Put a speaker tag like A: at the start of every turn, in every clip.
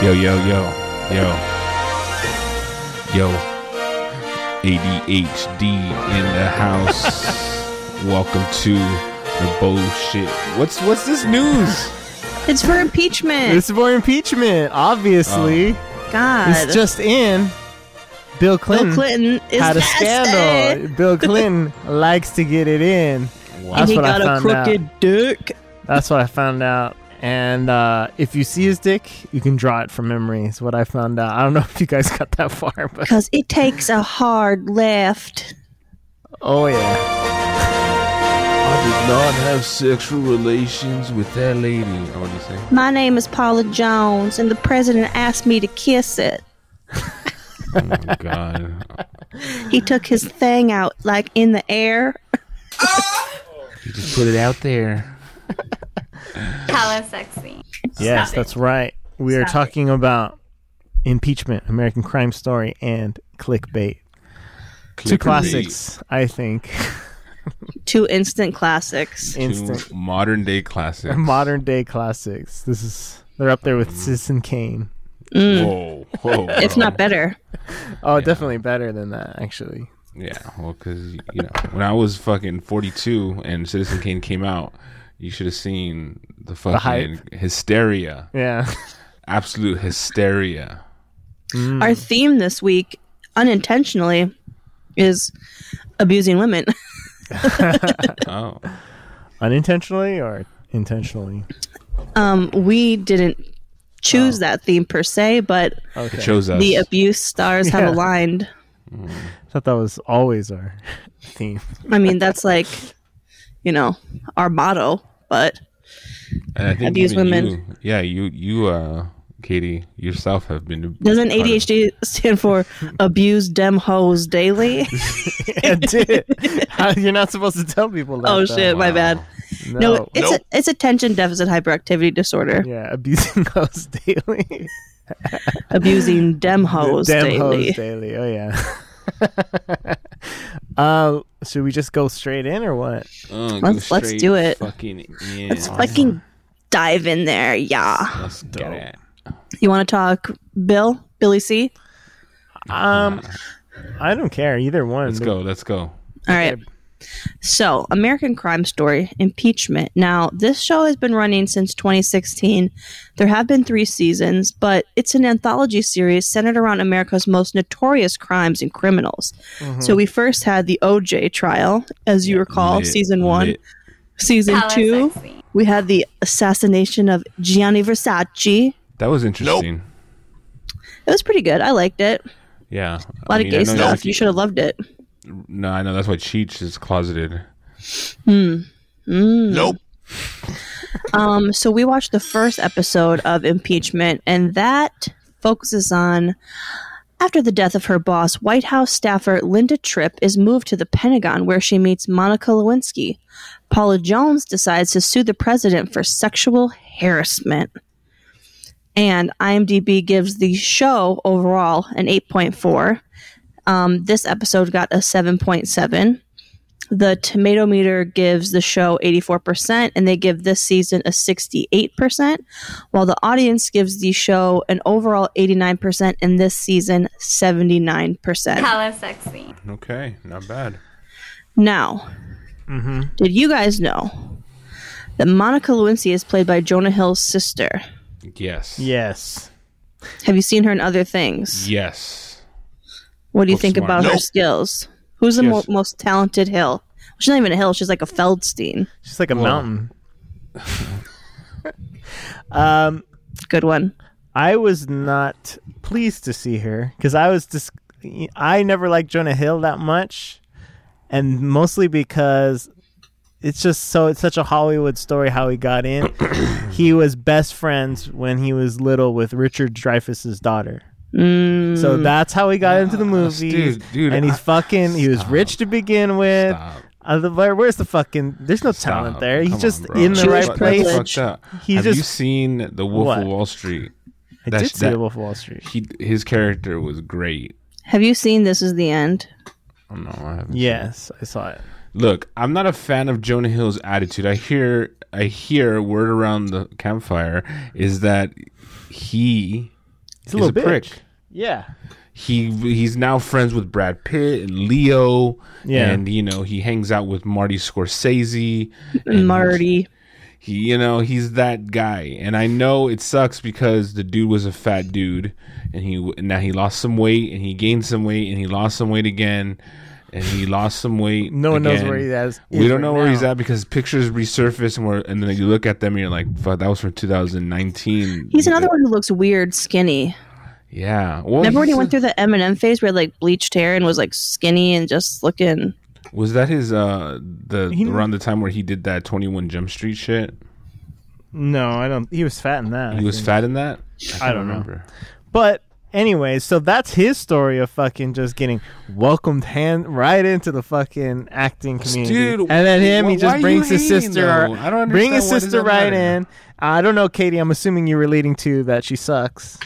A: Yo, yo, yo, yo, yo. ADHD in the house. Welcome to the bullshit. What's what's this news?
B: It's for impeachment. Oh.
C: This is for impeachment, obviously.
B: God.
C: it's just in. Bill Clinton,
B: Bill Clinton is
C: had a
B: fascinated.
C: scandal. Bill Clinton likes to get it in.
B: And
C: That's
B: he
C: what I
B: got a
C: found out.
B: crooked dick.
C: That's what I found out. And uh, if you see his dick, you can draw it from memory. Is what I found out. I don't know if you guys got that far, but
B: Because it takes a hard left.
C: oh yeah,
A: I did not have sexual relations with that lady. I would say.
B: My name is Paula Jones, and the president asked me to kiss it.
A: Oh my god.
B: He took his thing out, like in the air.
A: You just put it out there.
D: Hella sexy.
C: yes,
D: Stop it.
C: that's right. We are
D: Stop it.
C: talking about impeachment, American Crime Story, and clickbait. Two
A: Clickbait.
C: classics, I think.
B: Two instant classics.
C: Instant
A: Two modern day classics.
C: modern day classics. This is they're up there with
B: Mm-hmm.
C: Citizen Kane.
A: Whoa, whoa.
B: Mm. If
A: bro.
B: not better.
C: Oh, definitely better than that, actually.
A: Yeah, well, because you know, when I was fucking forty-two and Citizen Kane came out, you should have seen the fucking
C: hype.
A: hysteria,
C: Yeah.
A: absolute hysteria.
C: Mm.
B: Our theme this week, unintentionally, is abusing women.
A: Oh,
C: Unintentionally or intentionally?
B: Um, we didn't choose that theme per se, but
A: it shows us.
B: the abuse stars
C: Yeah.
B: have aligned.
C: I thought that was always our theme.
B: I mean, that's like, you know, our motto, but
A: and I think
B: abuse
A: even
B: women.
A: you- yeah, you, you, uh, Katie, yourself have been.
B: doesn't
A: part of-
B: ADHD stand for abuse dem hoes daily?
C: it did. How- You're not supposed to tell people that.
B: oh
C: though.
B: shit, my bad. No, it's
A: Nope.
B: a, it's attention deficit hyperactivity disorder.
C: yeah, abusing hoes daily.
B: Abusing dem hoes
C: Damn
B: daily.
C: hoes daily. Oh yeah. uh, should we just go straight in or what?
A: Uh, go
B: Let's- let's
A: straight
B: do it.
A: Fucking in.
B: Fucking dive in there, yeah.
A: Let's get it.
B: You want to talk, Bill, Billy C?
C: Um, I don't care either one.
A: Let's go. Let's go.
B: All right. So, American Crime Story Impeachment. Now, this show has been running since 2016. There have been three seasons, but it's an anthology series centered around America's most notorious crimes and criminals. So, we first had the OJ trial, as you recall,
A: Lit,
B: season one.
A: lit.
B: Season
D: Hella
B: two,
D: sexy.
B: we had the assassination of Gianni Versace.
A: That was interesting.
B: It was pretty good. I liked it.
A: Yeah,
B: A lot of gay stuff. You should have loved it.
A: No, I know that's why Cheech is closeted.
B: Um, so we watched the first episode of Impeachment, and that focuses on after the death of her boss, White House staffer Linda Tripp is moved to the Pentagon where she meets Monica Lewinsky. Paula Jones decides to sue the president for sexual harassment. And IMDb gives the show overall an 8.4. Um, this episode got a 7.7 the tomato meter gives the show 84% and they give this season a 68% while the audience gives the show an overall 89% and this season 79%
D: Hella sexy.
A: Okay, not bad.
B: now did you guys know that monica lewinsky is played by jonah hill's sister
A: Yes.
C: Yes.
B: have you seen her in other things
A: Yes.
B: what do you
A: Looks
B: think
A: smart.
B: about her
A: Nope.
B: skills who's the mo-
A: Yes.
B: most talented hill she's not even a hill she's like a feldstein
C: She's like a mountain. um,
B: good one
C: I was not pleased to see her because I was just I never liked Jonah Hill that much, and mostly because it's just so it's such a Hollywood story how he got in. he was best friends when he was little with Richard Dreyfuss's daughter. So that's how he got into the movies,
A: dude, dude,
C: and he's
A: I-
C: fucking. He was rich to begin with.
A: Stop.
C: Uh, the- where- where's the fucking? There's no talent
A: Stop.
C: there. He's
A: Come
C: just
A: on, bro.
C: in the
B: Jewish
C: right
A: That's
C: place.
B: privilege.
A: fucked up.
C: He
A: Have
C: just-
A: you seen The Wolf
C: What?
A: of Wall Street?
C: I
A: That's-
C: did see
A: that-
C: The Wolf of Wall Street.
A: He his character was great.
B: have you seen this is the end
A: Oh no, I haven't.
C: Yes, I saw it.
A: Look, I'm not a fan of Jonah Hill's attitude. I hear I hear word around the campfire is that he
C: He's
A: is a prick.
C: Yeah.
A: He he's now friends with Brad Pitt and Leo.
C: Yeah.
A: And you know, he hangs out with Marty Scorsese. and
B: Marty.
A: He you know, he's that guy. And I know it sucks because the dude was a fat dude and he and now he lost some weight and he gained some weight and he lost some weight again. And he lost some weight.
C: No one knows
A: again.
C: where he is.
A: We don't know where he's at because pictures resurface and we're, and then you look at them and you're like, fuck, that was from 2019.
B: He's another one who looks weird, skinny.
A: Yeah. Well,
B: Remember when he
A: he's-
B: went through the Eminem phase where he had, like bleached hair and was like skinny and just looking.
A: Was that his uh the
C: He-
A: around the time where he did that 21 Jump Street shit?
C: No, I don't. He was fat in that.
A: He
C: I
A: was
C: think.
A: fat in that.
C: I
A: can't
C: don't know. But anyway, so that's his story of fucking just getting welcomed hand right into the fucking acting community.
A: Dude,
C: and then him,
A: wh- why
C: he
A: are
C: just
A: you
C: brings his
A: hating,
C: sister.
A: though? I don't
C: Bring his
A: understand why does
C: sister
A: that
C: right
A: matter?
C: in. I don't know, Katie. I'm assuming you're relating to that she sucks.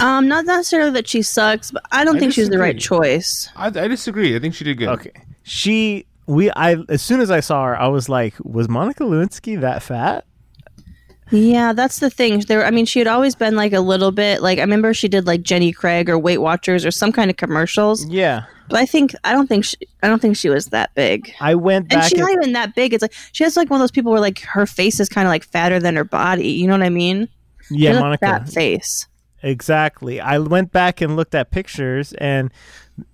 B: Um, not necessarily that she sucks, but I don't
A: I
B: think she was the right
A: disagree.
B: choice.
A: I, I disagree. I think she did good.
C: Okay, she. We I as soon as I saw her, I was like, was Monica Lewinsky that fat?
B: Yeah, that's the thing. There, I mean, she had always been like a little bit like I remember she did like Jenny Craig or Weight Watchers or some kind of commercials.
C: Yeah,
B: But I think I don't think she, I don't think she was that big.
C: I went
B: And
C: back.
B: she's
C: and-
B: not even that big. It's like she has like one of those people where like her face is kind of like fatter than her body. You know what I mean? She
C: yeah,
B: has a
C: Monica.
B: fat face.
C: Exactly. I went back and looked at pictures, and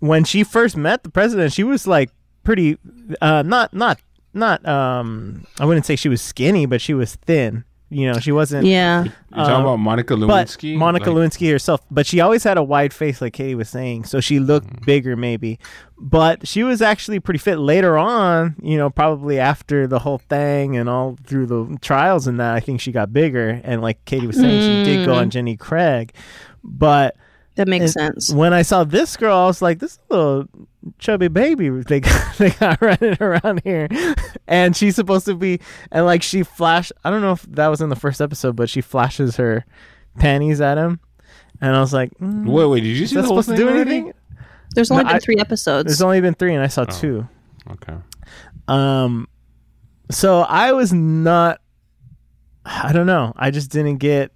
C: when she first met the president, she was like pretty, uh, not not not. Um, I wouldn't say she was skinny, but she was thin. You know, she wasn't.
B: Yeah,
A: You're talking about Monica
C: Um, But
A: Lewinsky.
C: Monica
A: Like,
C: Lewinsky herself, but she always had a wide face, like Katie was saying, so she looked
A: Mm.
C: bigger, maybe. But she was actually pretty fit later on, you know, probably after the whole thing and all through the trials and that. I think she got bigger, and like Katie was saying, she did go on Jenny Craig, but
B: that makes
C: and
B: sense.
C: When I saw this girl, I was like, "This little chubby baby they got, they got running around here," and she's supposed to be and like she flashed. I don't know if that was in the first episode, but she flashes her panties at him, and I was like, mm,
A: Wait, wait. Did you
C: "Is
A: see
C: that
A: the whole
C: supposed to
A: thing?
C: do
A: already?
C: anything?"
B: There's only
C: No,
B: been
C: I-
B: three episodes.
C: There's only been three, and I saw
A: Oh.
C: two.
A: Okay.
C: Um, so I was not. I don't know. I just didn't get.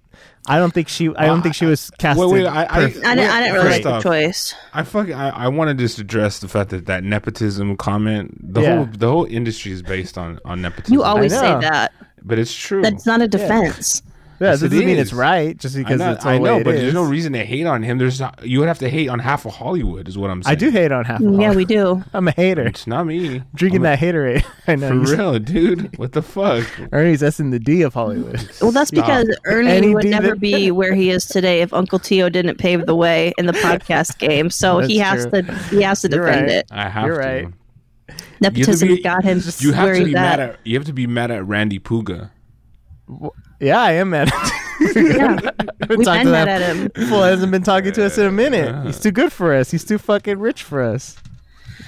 C: I don't think she. I don't think she was casted.
A: Wait, wait. I I,
C: perfect.
B: I didn't, I didn't really like
A: First
B: the
A: off,
B: choice.
A: I fucking I, I want to just address the fact that that nepotism comment the
C: Yeah.
A: whole the whole industry is based on on nepotism.
B: You always say
C: know.
B: that.
A: but it's true.
B: That's not a defense.
C: yeah,
A: Yes,
C: this
A: it
C: doesn't mean
A: is.
C: it's right just
A: I
C: because
A: know,
C: it's all
A: I know
C: it
A: but there's
C: is.
A: no reason to hate on him. There's not, you would have to hate on half of Hollywood, is what I'm saying.
C: I do hate on half.
B: Yeah,
C: off.
B: we do.
C: I'm a hater.
A: It's not me
C: Drinking
A: I'm
C: that haterade. I know.
A: a- for real, dude. What the fuck?
C: Ernie's S in the D of Hollywood.
B: Well, that's
A: Stop.
B: because Ernie
C: Any
B: would
C: dude
B: never
C: that-
B: be where he is today if Uncle Tio didn't pave the way in the podcast game. So he
C: That's
B: has
C: true.
B: to he has to
C: You're
B: defend
C: right.
B: it.
A: I have
C: You're
A: to.
C: right.
A: You have to
B: Nepotism
A: be-
B: got him
A: You have
B: where
A: to
B: he's
A: be
B: at.
A: mad at you have to be mad at Randy Puga.
C: Yeah, I am mad.
B: Yeah.
C: We've
B: We've been mad at him.
C: Well, hasn't been talking to us in a minute. He's too good for us. He's too fucking rich for us.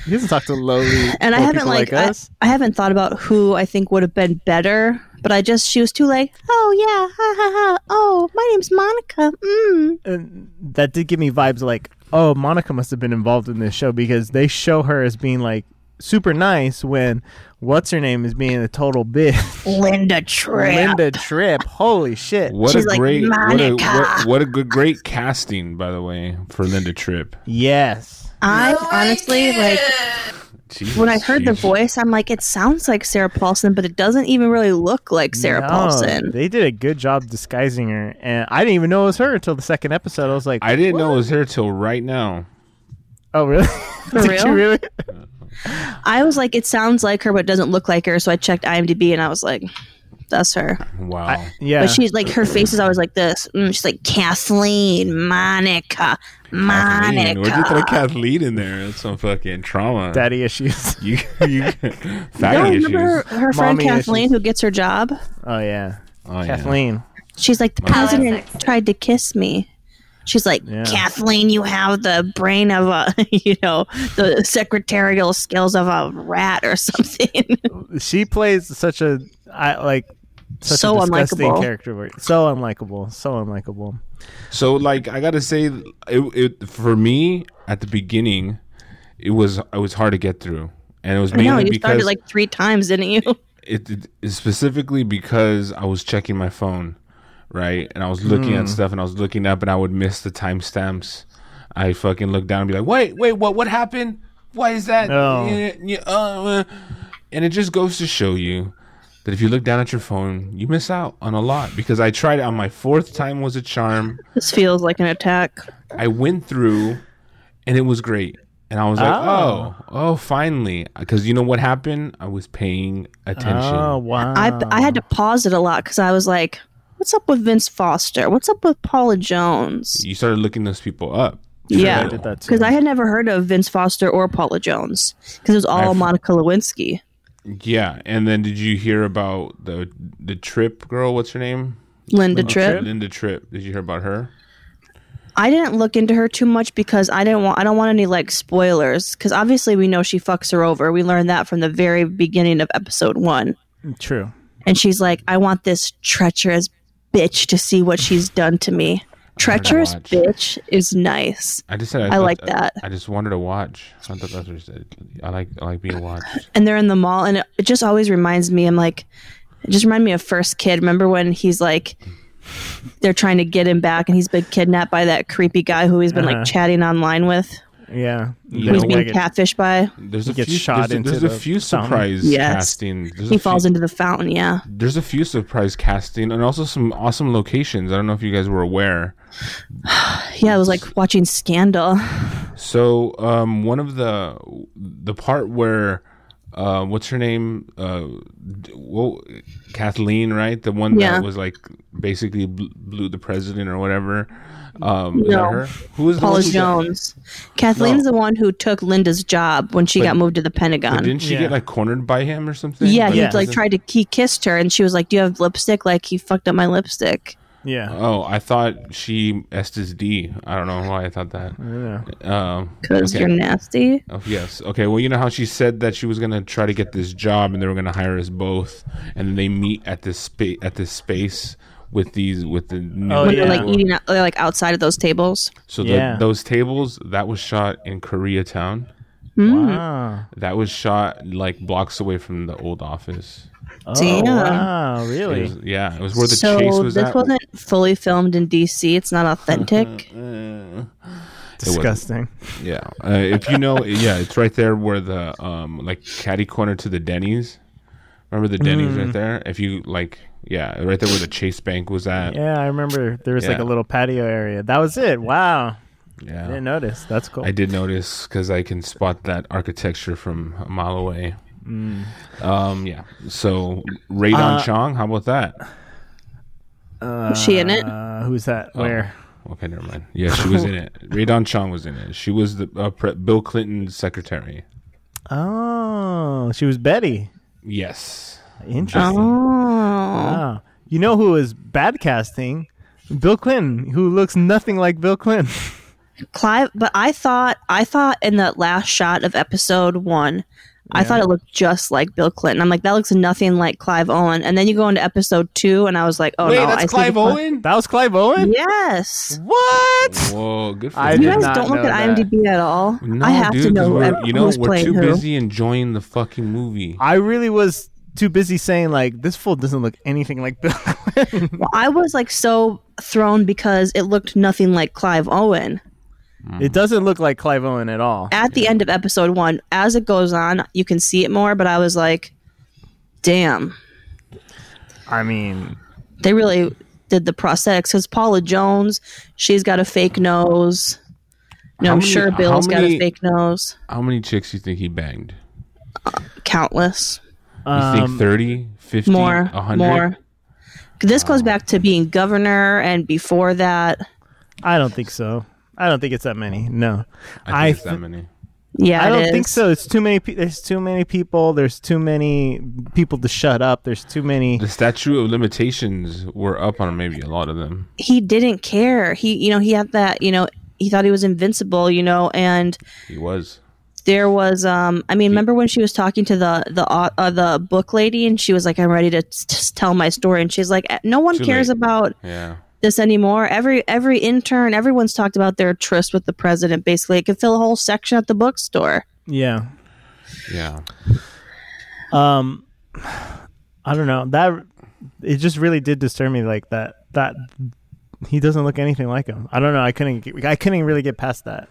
C: He doesn't talk to lowly
B: And I
C: poor
B: haven't
C: people
B: like,
C: like,
B: I,
C: us.
B: I haven't thought about who I think would have been better, but I just she was too like, oh yeah, ha ha ha, oh my name's Monica. Mm.
C: And that did give me vibes like, oh, Monica must have been involved in this show because they show her as being like super nice when what's her name is being a total bitch.
B: Linda Tripp.
C: Linda Tripp. Holy shit.
A: What
B: She's
A: a
B: like,
A: great what a, what,
B: "Monica."
A: what a good great casting by the way for Linda Tripp.
C: Yes.
B: I honestly like
A: Jesus,
B: when I heard the
A: Jesus.
B: voice, I'm like, it sounds like Sarah Paulson, but it doesn't even really look like Sarah
C: No,
B: Paulson.
C: They did a good job disguising her, and I didn't even know it was her until the second episode. I was like,
A: I didn't know it was her till right now.
C: "Oh, really?
B: For
C: did
B: real?
C: you really?"
B: I was like, it sounds like her, but doesn't look like her. So I checked IMDb, and I was like, that's her.
A: Wow.
C: Yeah,
B: But she's like, her face is always like this. Mm, she's like Kathleen, Monica,
A: Kathleen, where'd you
B: Monica.
A: throw Kathleen in there? That's some fucking trauma.
C: daddy issues.
A: you you
B: You
A: faggot
B: don't
A: issues.
B: remember her, her friend
C: Mommy
B: Kathleen
C: issues.
B: who gets her job?
C: Oh yeah,
A: Oh, yeah.
C: Kathleen.
B: She's like, the
D: Mommy
B: president
D: issues.
B: tried to kiss me. She's like,
C: Yeah.
B: Kathleen, you have the brain of a, you know, the secretarial skills of a rat or something.
C: She plays such a I like such
B: So
C: a disgusting
B: unlikable.
C: character. where- So unlikable. So unlikable.
A: So like I gotta say, it, it for me at the beginning, it was it was hard to get through, and it was
B: I know
A: mainly
B: you
A: because
B: started like three times, didn't you?
A: it, it- it's specifically because I was checking my phone, right? And I was looking at stuff and I was looking up and I would miss the timestamps. I fucking look down and be like, "Wait, wait, what what happened? Why is that?"
C: Oh.
A: Yeah, yeah, uh, uh." and it just goes to show you that if you look down at your phone, you miss out on a lot because I tried it on my fourth time was a charm.
B: This feels like an attack.
A: I went through, and it was great. And I was like, "Oh,
C: Oh.
A: oh, finally!" Because you know what happened? I was paying attention.
C: Oh wow!
B: I I had to pause it a lot because I was like, "What's up with Vince Foster? What's up with Paula Jones?"
A: you started looking those people up.
B: Yeah.
C: I did that too.
B: Because I had never heard of Vince Foster or Paula Jones because it was all
A: I've-
B: Monica Lewinsky.
A: Yeah, and then did you hear about the the Trip girl? What's her name?
B: Linda Tripp.
A: Linda Trip. Did you hear about her?
B: I didn't look into her too much because I didn't want I don't want any like spoilers because obviously we know she fucks her over. We learned that from the very beginning of episode one,
C: True.
B: and she's like, "I want this treacherous bitch to see what she's done to me." Treacherous
A: watch.
B: bitch is nice,
A: I just said I,
B: I like that.
A: I just wanted to watch. I thought that's what you said. I like I like being watched.
B: and they're in the mall, and it, it just always reminds me. I'm like, it just reminded me of First Kid. Remember when he's like. They're trying to get him back, and he's been kidnapped by that creepy guy who he's been
C: Uh-huh.
B: like chatting online with,
C: Yeah.
A: You
B: who's
A: know,
B: being
A: like
B: catfished by.
A: There's a
C: gets
A: few
C: shot
A: there's, a-
C: into
A: there's a
C: the
A: few
C: fountain.
A: surprise
B: Yes.
A: casting. There's
B: He
A: a
B: falls
A: few,
B: into the fountain. Yeah,
A: There's a few surprise casting and also some awesome locations. I don't know if you guys were aware.
B: Yeah, it was like watching Scandal.
A: So um, one of the the part where uh, what's her name? Uh, d- whoa, Kathleen, right? The one
B: Yeah.
A: that was like basically bl- blew the president or whatever. Um, is that
B: No.
A: her? Who is the
B: Paula
A: one who got-
B: Jones. Kathleen's the one who took Linda's job when she got moved to the
A: but
B: Pentagon.
A: didn't she
C: Yeah.
A: get like cornered by him or something?
B: Yeah,
A: By the
B: he
C: Yeah.
B: like
A: president?
B: tried to he kissed her and she was like, "Do you have lipstick?" Like he fucked up my lipstick.
C: Yeah.
A: Oh, I thought she SSD. I don't know why I thought that.
C: yeah.
A: Um,
B: Cause
A: Okay.
B: you're nasty.
A: Oh, yes. Okay. Well, you know how she said that she was gonna try to get this job, and they were gonna hire us both, and then they meet at this space at this space with these with the new
C: Oh,
B: When
C: yeah.
B: they're like eating, out, they're like outside of those tables.
A: so
C: Yeah.
A: the, those tables that was shot in Koreatown.
B: Hmm?
C: Wow.
A: That was shot like blocks away from the old office.
C: Oh,
B: Damn.
C: wow.
A: It
C: Really?
A: was- yeah, it was where the
B: so
A: chase was
B: this
A: at.
B: wasn't fully filmed in D.C. It's not authentic.
A: Uh,
C: Disgusting.
A: yeah, uh, if you know, yeah, it's right there where the um like catty corner to the Denny's. Remember the Denny's
C: Hmm.
A: right there? If you like, yeah, right there where the Chase Bank was at.
C: Yeah, I remember there was like
A: Yeah.
C: a little patio area. That was it. Wow. I
A: Yeah.
C: didn't notice. That's cool.
A: I did notice because I can spot that architecture from a mile away. Um, yeah. So Radon
C: Mm. Uh,
A: Chong, how about that?
B: was she in it?
C: Uh, who's that?
A: Oh.
C: Where?
A: Okay, never mind. Yeah, she was in it. Radon Chong was in it. She was the uh, pre- Bill Clinton's secretary.
C: Oh, she was Betty.
A: Yes.
C: Interesting.
B: Oh,
C: Wow. You know who is bad casting? Bill Clinton, who looks nothing like Bill Clinton.
B: Clive. But I thought, I thought in that last shot of episode one, I thought it looked just like Bill Clinton. I'm like, that looks nothing like Clive Owen. And then you go into episode two, and I was like, oh no, I see the-
A: Owen.
C: That was Clive Owen?
B: Yes.
C: What?
A: Whoa, good for
C: I
A: you.
B: You
C: did
B: guys
C: not
B: don't look
C: know
B: at
C: that.
B: IMDb at all.
A: No,
B: I have
A: dude,
B: to
A: 'cause
B: know
A: we're,
B: who-
A: you know
B: who's
A: we're
B: playing
A: too
B: who.
A: busy enjoying the fucking movie.
C: I really was too busy saying like this fool doesn't look anything like Bill Clinton.
B: Well, I was like so thrown because it looked nothing like Clive Owen.
A: Mm.
C: it doesn't look like Clive Owen at all.
B: At the end of episode one, as it goes on, you can see it more, but I was like, damn.
C: I mean,
B: They really did the prosthetics because Paula Jones, she's got a fake nose. No,
A: How
B: I'm
A: many-
B: sure
A: how
B: Bill's got
A: many-
B: a fake nose.
A: How many chicks you think he banged?
B: Countless.
A: You
C: Um,
A: think 30, 50,
B: more
A: 100?
B: more this goes back to being governor and before that
C: I don't think so. I don't think it's that many. No,
A: I think it's
C: th-
A: that many.
B: yeah
C: I
B: it
C: don't think
B: is.
C: so. It's too many. Pe- there's too many people. There's too many people to shut up. There's too many.
A: The statue of limitations were up on maybe a lot of them.
B: he didn't care he you know he had that you know he thought he was invincible you know and
A: He was.
B: there was um i
A: Hmm.
B: mean remember when she was talking to the the au- uh, the book lady and she was like i'm ready to t- t- tell my story and she's like "Eh, no one
A: Too
B: cares
A: late.
B: about
A: Yeah.
B: this anymore every every intern everyone's talked about their tryst with the president basically it could fill a whole section at the bookstore
C: Yeah.
A: Yeah.
C: Um, I don't know that it just really did disturb me like that that he doesn't look anything like him. I don't know. I couldn't get, I couldn't really get past that.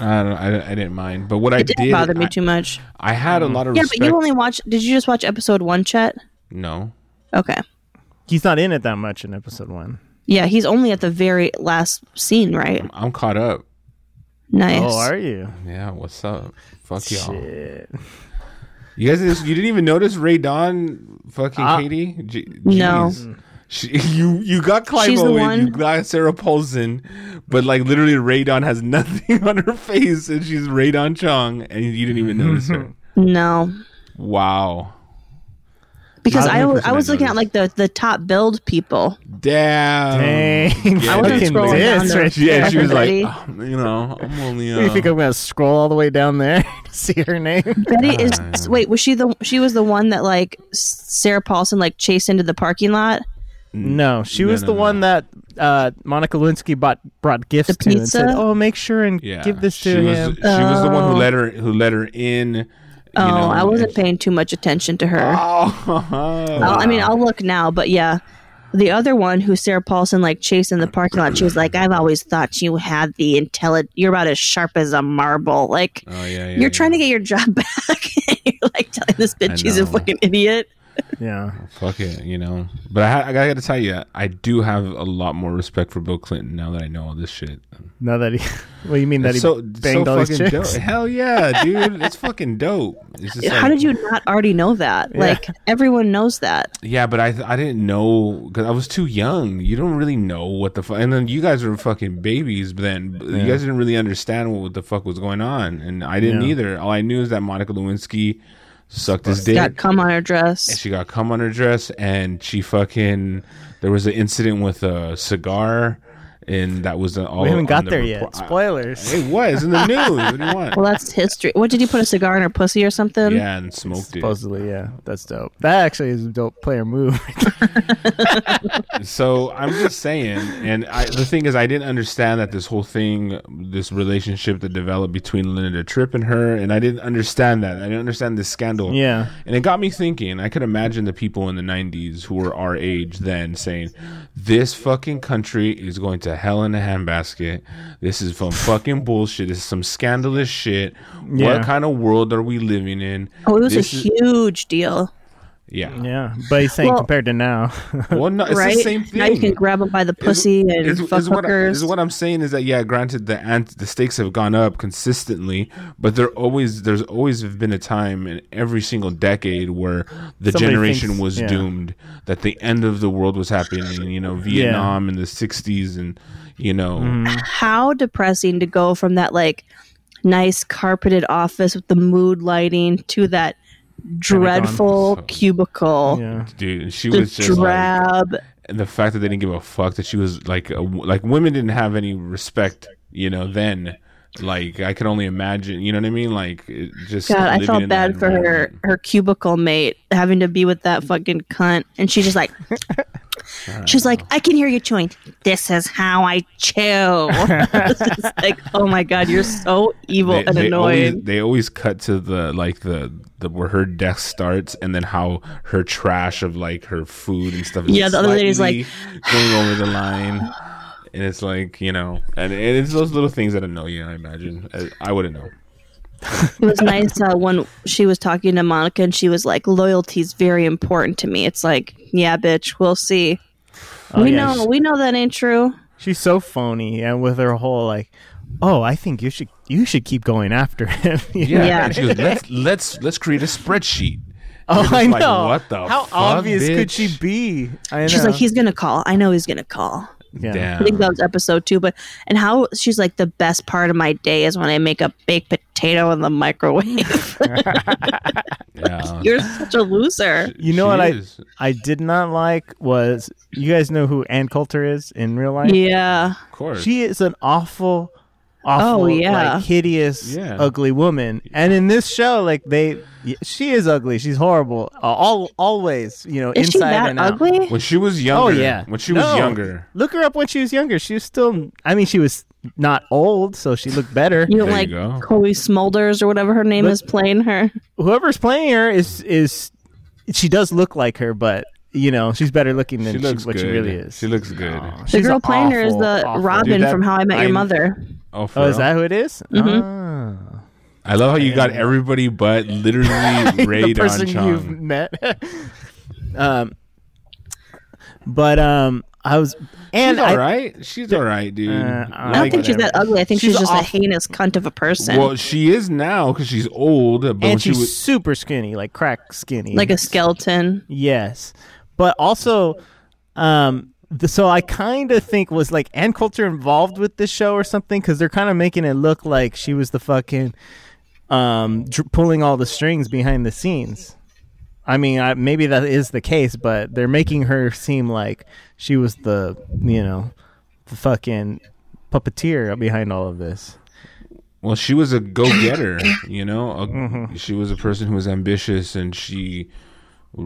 A: I don't. I, I didn't mind, but what I
B: It didn't
A: did,
B: bother me
A: I,
B: too much.
A: I had a lot of
B: Yeah,
A: respect.
B: but you only watched. Did you just watch episode one, Chet?
A: no.
B: Okay.
C: He's not in it that much in episode one.
B: Yeah, he's only at the very last scene, right?
A: I'm caught up.
B: Nice.
C: Oh, are you?
A: Yeah. What's up? Fuck y'all.
C: Shit.
A: Um, You guys, you didn't even notice Ray Dawn, fucking Katie. J-
B: No.
A: jeez. She, you you got
B: She's the
A: Climo
B: one.
A: and you got Sarah Paulson, but like literally Radon has nothing on her face and she's Radon Chong and you didn't even notice her.
B: no,
A: Wow.
B: because
A: Not
B: I,
A: the
B: was
A: person
B: I was
A: I
B: looking at like the the top build people.
A: Damn.
C: Dang.
A: Yeah,
B: I wasn't
A: dude.
B: scrolling
C: this
B: down
C: right
B: to-
A: Yeah, she was like,
B: Everybody.
A: "Oh, you know, I'm only. Uh,
C: You think I'm gonna scroll all the way down there to see her name?
B: Betty is wait, was she the she was the one that like S- Sarah Paulson like chased into the parking lot?
C: No, she
A: Mm. No,
C: was
A: no,
C: the
A: no.
C: one that uh, Monica Lewinsky bought, brought gifts to and said,
B: pizza?
C: "Oh, make sure and
A: yeah,
C: give this to
A: she was,
C: him."
A: She was the one
B: Oh.
A: who let her who let her in. You
B: Oh,
A: know,
B: I wasn't
A: and-
B: paying too much attention to her.
A: Oh,
B: I'll- I mean, I'll look now, but yeah. The other one who Sarah Paulson like chased in the parking lot, she was like, I've always thought you had the intelli you're about as sharp as a marble. Like
A: Oh, yeah, yeah,
B: you're
A: yeah.
B: trying to get your job back and you're like telling this bitch she's a
A: know.
B: fucking idiot.
C: yeah,
A: Fuck it, you know. But I, ha- I gotta tell you, I do have a lot more respect for Bill Clinton now that I know all this shit.
C: now that he, well, you mean that he
A: so
C: banged
A: so
C: all these
A: fucking dope.
C: chicks?
A: Hell yeah, dude. It's fucking dope. It's just
B: How
A: like-
B: did you not already know that? Like everyone knows that.
A: Yeah, but I I didn't know because I was too young. You don't really know what the fuck. And then you guys were fucking babies. But then you guys didn't really understand what, what the fuck was going on, and I didn't
C: Yeah.
A: either. All I knew is that Monica Lewinsky sucked his dick.
B: Got cum on her dress.
A: and she got cum on her dress and she fucking there was an incident with a cigar and that was all
C: We haven't
A: on
C: got
A: the
C: there
A: report-
C: yet.
A: Oh, I-
C: Spoilers.
A: it was in the news what do you want
B: Well, that's history. What did you put a cigar in her pussy or something?
A: yeah and smoked it
C: Supposedly, yeah, that's dope. That actually is a dope player move.
A: so i'm just saying and I, the thing is i didn't understand that this whole thing this relationship that developed between linda tripp and her and i didn't understand that i didn't understand this scandal
C: yeah,
A: And it got me thinking. I could imagine the people in the 90s who were our age then saying, This fucking country is going to hell in a handbasket. This is some fucking bullshit. This is some scandalous shit.
C: Yeah.
A: What kind of world are we living in?
B: Oh, it was
A: This
B: a
A: is-
B: huge deal,
A: Yeah.
C: yeah, but he's saying
B: Well-
C: compared to now,
A: Well, no, it's
B: right?
A: the same thing.
B: Now you can grab them by the
A: Is-
B: pussy and
A: is-
B: fuck
A: is what, I-
B: hookers.
A: is what I'm saying is that yeah, granted the ant, the stakes have gone up consistently, but there always there's always have been a time in every single decade where the
C: Somebody
A: generation
C: thinks-
A: was
C: yeah.
A: doomed, that the end of the world was happening. You know, Vietnam in the '60s, and you know,
B: Mm-hmm. how depressing to go from that like nice carpeted office with the mood lighting to that dreadful
A: Pentagon.
B: cubicle.
C: yeah,
A: Oh, dude, and she
B: The
A: was just like,
B: drab.
A: and the fact that they didn't give a fuck that she was like a, like women didn't have any respect. You know, then. Like I can only imagine, you know what I mean? Like it just
B: God, I
A: living
B: felt
A: in that
B: bad for her
A: environment.
B: her cubicle mate having to be with that fucking cunt, and she just like. She's like, I can hear you chewing. This is how I chew. It's just like, oh my god, you're so evil
A: they,
B: and
A: they
B: annoying.
A: Always, they always cut to the like the, the where her desk starts, and then how her trash of like her food and stuff. Is
B: Yeah, the other lady's like-
A: slightly going over the line, and it's like you know, and, and it's those little things that annoy you. I imagine I, I wouldn't know.
B: It was nice uh, when she was talking to Monica and she was like, "Loyalty's very important to me." It's like, yeah, bitch, we'll see. we
C: Oh, yeah,
B: know, we know that ain't true.
C: she's so phony, and with her whole like, oh, I think you should you should keep going after him.
A: Yeah,
B: Yeah.
A: and she goes, let's let's let's create a spreadsheet. You're
C: Oh,
A: just
C: I
A: like,
C: know.
A: what the
C: How
A: fuck,
C: obvious could
A: bitch?
C: she be? I know.
B: She's like, "He's gonna call. I know he's gonna call."
C: yeah.
A: Damn.
B: I think that was episode two, but and how she's like, "The best part of my day is when I make a baked potato in the microwave."
A: Yeah.
B: You're such a loser.
C: You know
A: She
C: what I
A: is.
C: I did not like was you guys know who Ann Coulter is in real life.
B: Yeah,
A: Of course.
C: She is an awful, awful,
B: Oh, yeah.
C: like hideous,
A: Yeah.
C: ugly woman. And in this show, like they, she is ugly. She's horrible. Uh, all always, you know,
B: is she
C: inside
B: that
C: and out.
B: ugly?
A: when she was
C: Oh
A: younger.
C: yeah.
A: When she
C: No.
A: was younger.
C: Look her up when she was younger. She was still I mean she was not old, so she looked better.
B: You don't
A: There
B: like
A: you go.
B: Chloe Smolders or whatever her name
C: Look-
B: is playing her.
C: Whoever's playing her is is she does look like her, but you know she's better looking than
A: She
C: she
A: looks
C: what
A: good.
C: she really is.
A: She looks good.
C: Aw,
B: The
C: she's
B: girl playing her is
C: awful,
B: the
C: awful-
B: Robin
A: Dude, that-
B: from How I Met Your
A: I-
B: Mother.
A: Oh, for
C: Oh, is
A: real?
C: that who it is?
B: Mm-hmm.
C: Ah.
A: I love how you got everybody but literally Ray
C: the
A: Don
C: person you've
A: Chong.
C: met. um, but um, I was and
A: She's all
C: I,
A: right. She's all right, dude.
C: Uh, I
B: I don't
C: Like,
B: think she's that ugly. I think she's,
C: She's
B: just
C: awful.
B: a heinous cunt of a person.
A: Well, she is now because she's old, but when
C: and
A: she
C: she's
A: was
C: super skinny, like crack skinny,
B: like a skeleton.
C: yes. But also, um, the, so I kind of think was like Ann Coulter involved with this show or something because they're kind of making it look like she was the fucking um dr- pulling all the strings behind the scenes. I mean, I, maybe that is the case, but they're making her seem like she was the you know the fucking puppeteer behind all of this.
A: well, she was a go-getter. you know, a,
C: Mm-hmm.
A: she was a person who was ambitious, and she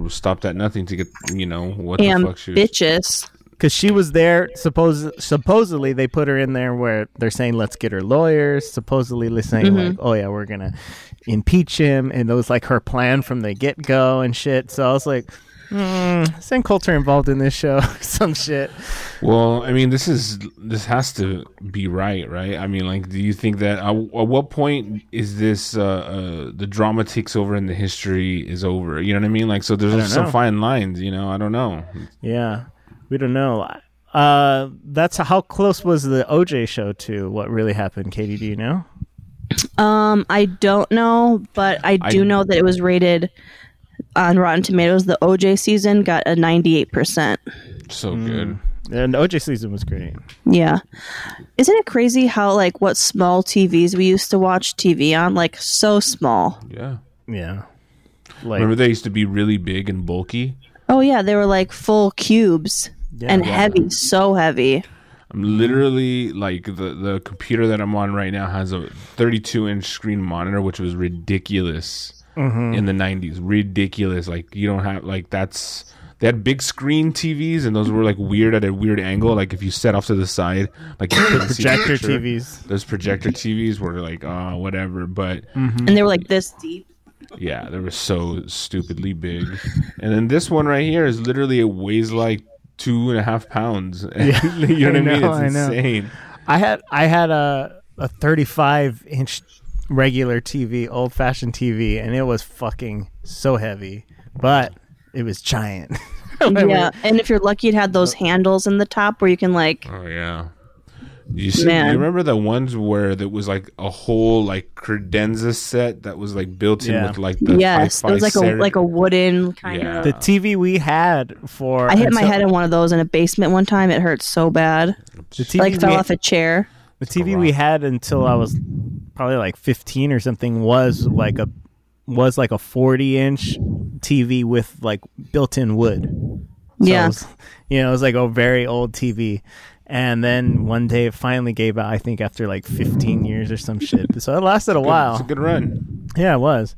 A: stopped at nothing to get you know what the fuck she was.
B: Ambitious.
C: because she was there. Suppose supposedly they put her in there where they're saying let's get her lawyers. Supposedly they're saying like, oh yeah, we're gonna impeach him, and that was like her plan from the get go and shit. So I was like, mm, Sam Coulter involved in this show, some shit.
A: Well, I mean, this is this has to be right, right? I mean, like, do you think that at, at what point is this uh, uh the drama takes over and the history is over? You know what I mean? Like, so
C: don't
A: there's some
C: know.
A: fine lines. You know, I don't know.
C: Yeah, we don't know. Uh, that's how close was the OJ show to what really happened? Katie, do you know?
B: Um, I don't know, but I do
A: I-
B: know that it was rated on Rotten Tomatoes. The OJ season got a ninety-eight percent.
A: So
C: Hmm.
A: good.
C: And the OJ season was great.
B: Yeah, isn't it crazy how like what small TVs we used to watch TV on? Like so small.
A: Yeah.
C: Yeah, like
A: Remember they used to be really big and bulky.
B: Oh yeah, they were like full cubes and
C: Yeah.
B: heavy, so heavy.
A: I'm literally like the the computer that I'm on right now has a 32 inch screen monitor, which was ridiculous
C: Mm-hmm.
A: in the 90s. Ridiculous. Like you don't have like that's they had big screen TVs and those were like weird at a weird angle. Like if you set off to the side, like you couldn't see the
C: projector
A: picture.
C: TVs.
A: Those projector TVs were like uh whatever, but
B: And they were like this deep.
A: yeah, they were so stupidly big. And then this one right here is literally it weighs like two and a half pounds. you know what I,
C: I
A: mean?
C: know, I
A: it's
C: know.
A: insane.
C: I had I had a a 35 inch regular TV, old fashioned TV, and it was fucking so heavy, but it was giant.
B: Yeah, and if you're lucky, it had those handles in the top where you can like.
A: Oh yeah. You see,
B: Man.
A: you remember the ones where there was like a whole like credenza set that was like built in
C: Yeah.
A: with like the
B: Yes, it
A: hi-fi
B: was like a
A: Saturday-
B: like a wooden kind
A: Yeah.
B: of.
C: The TV we had for
B: I hit my
C: until-
B: head on one of those in a basement one time. It hurt so bad.
C: the TV
B: Like fell
C: we,
B: off a chair.
C: the TV we had until I was probably like 15 or something was like a was like a 40 inch TV with like built in wood. So it
B: yeah.
C: was- you know, it was like a very old TV. And then one day it finally gave out, I think after like 15 years or some shit. So it lasted a
A: It's a
C: while.
A: good run.
C: Yeah, it was.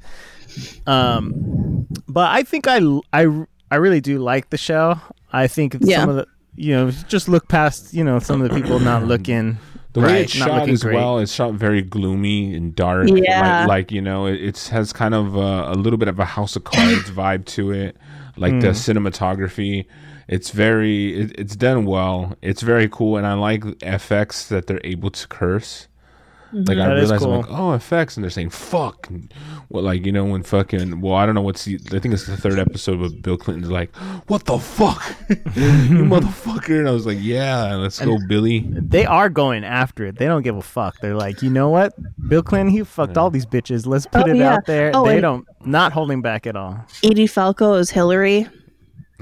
C: Um, but I think I, I, I really do like the show. I think
B: Yeah.
C: some of the, you know, just look past, you know, some of the people not looking.
A: The
C: right,
A: way it's
C: not
A: shot
C: looking
A: as
C: great.
A: well, it's shot very gloomy and dark.
B: Yeah.
A: Like, like, you know, it it's, has kind of uh, a little bit of a House of Cards vibe to it. Like
C: Hmm.
A: the cinematography, it's very, it, it's done well. It's very cool, and I like FX that they're able to curse. Like I
C: Mm-hmm. That is
A: realize I'm
C: cool.
A: like, oh, effects, and they're saying fuck. And, well, like you know when fucking well, I don't know what's the, I think it's the third episode, but Bill Clinton's like, what the fuck, you motherfucker, and I was like, yeah, let's go, Billy.
C: They are going after it. They don't give a fuck. They're like, you know what? Bill Clinton, he fucked all these bitches. Let's put
B: Oh,
C: it
B: yeah.
C: out there.
B: Oh,
C: they
B: and-
C: don't, not holding back at all.
B: Edie Falco is Hillary.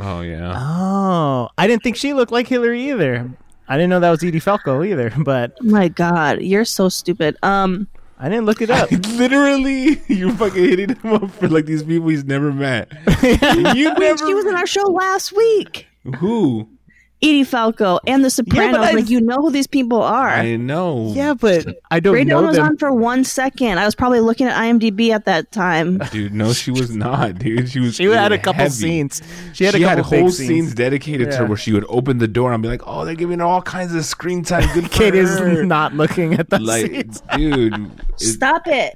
A: Oh yeah.
C: Oh, I didn't think she looked like Hillary either. I didn't know that was Edie Falco either, but
B: My God, you're so stupid. Um,
C: I didn't look it up.
A: Literally, you fucking hitting him up for like these people he's never met. You never.
B: she was in our show last week.
A: who?
B: Edie Falco, and The Sopranos.
C: I-
B: like you know who these people are.
A: I know.
C: Yeah, but I don't
B: Ray Donovan
C: know
B: was
C: them.
B: on for one second. I was probably looking at IMDb at that time.
A: Dude, no, she was not, dude. She was.
C: she had a couple
A: heavy.
C: scenes. She
A: She
C: had
A: had,
C: a couple big
A: whole scenes. dedicated to her
C: Yeah.
A: where she would open the door and be like, "Oh, they're giving her all kinds of screen time. Good for
C: Kate is
A: her."
C: not looking at the
A: like,
C: scenes.
A: dude. it-
B: Stop it.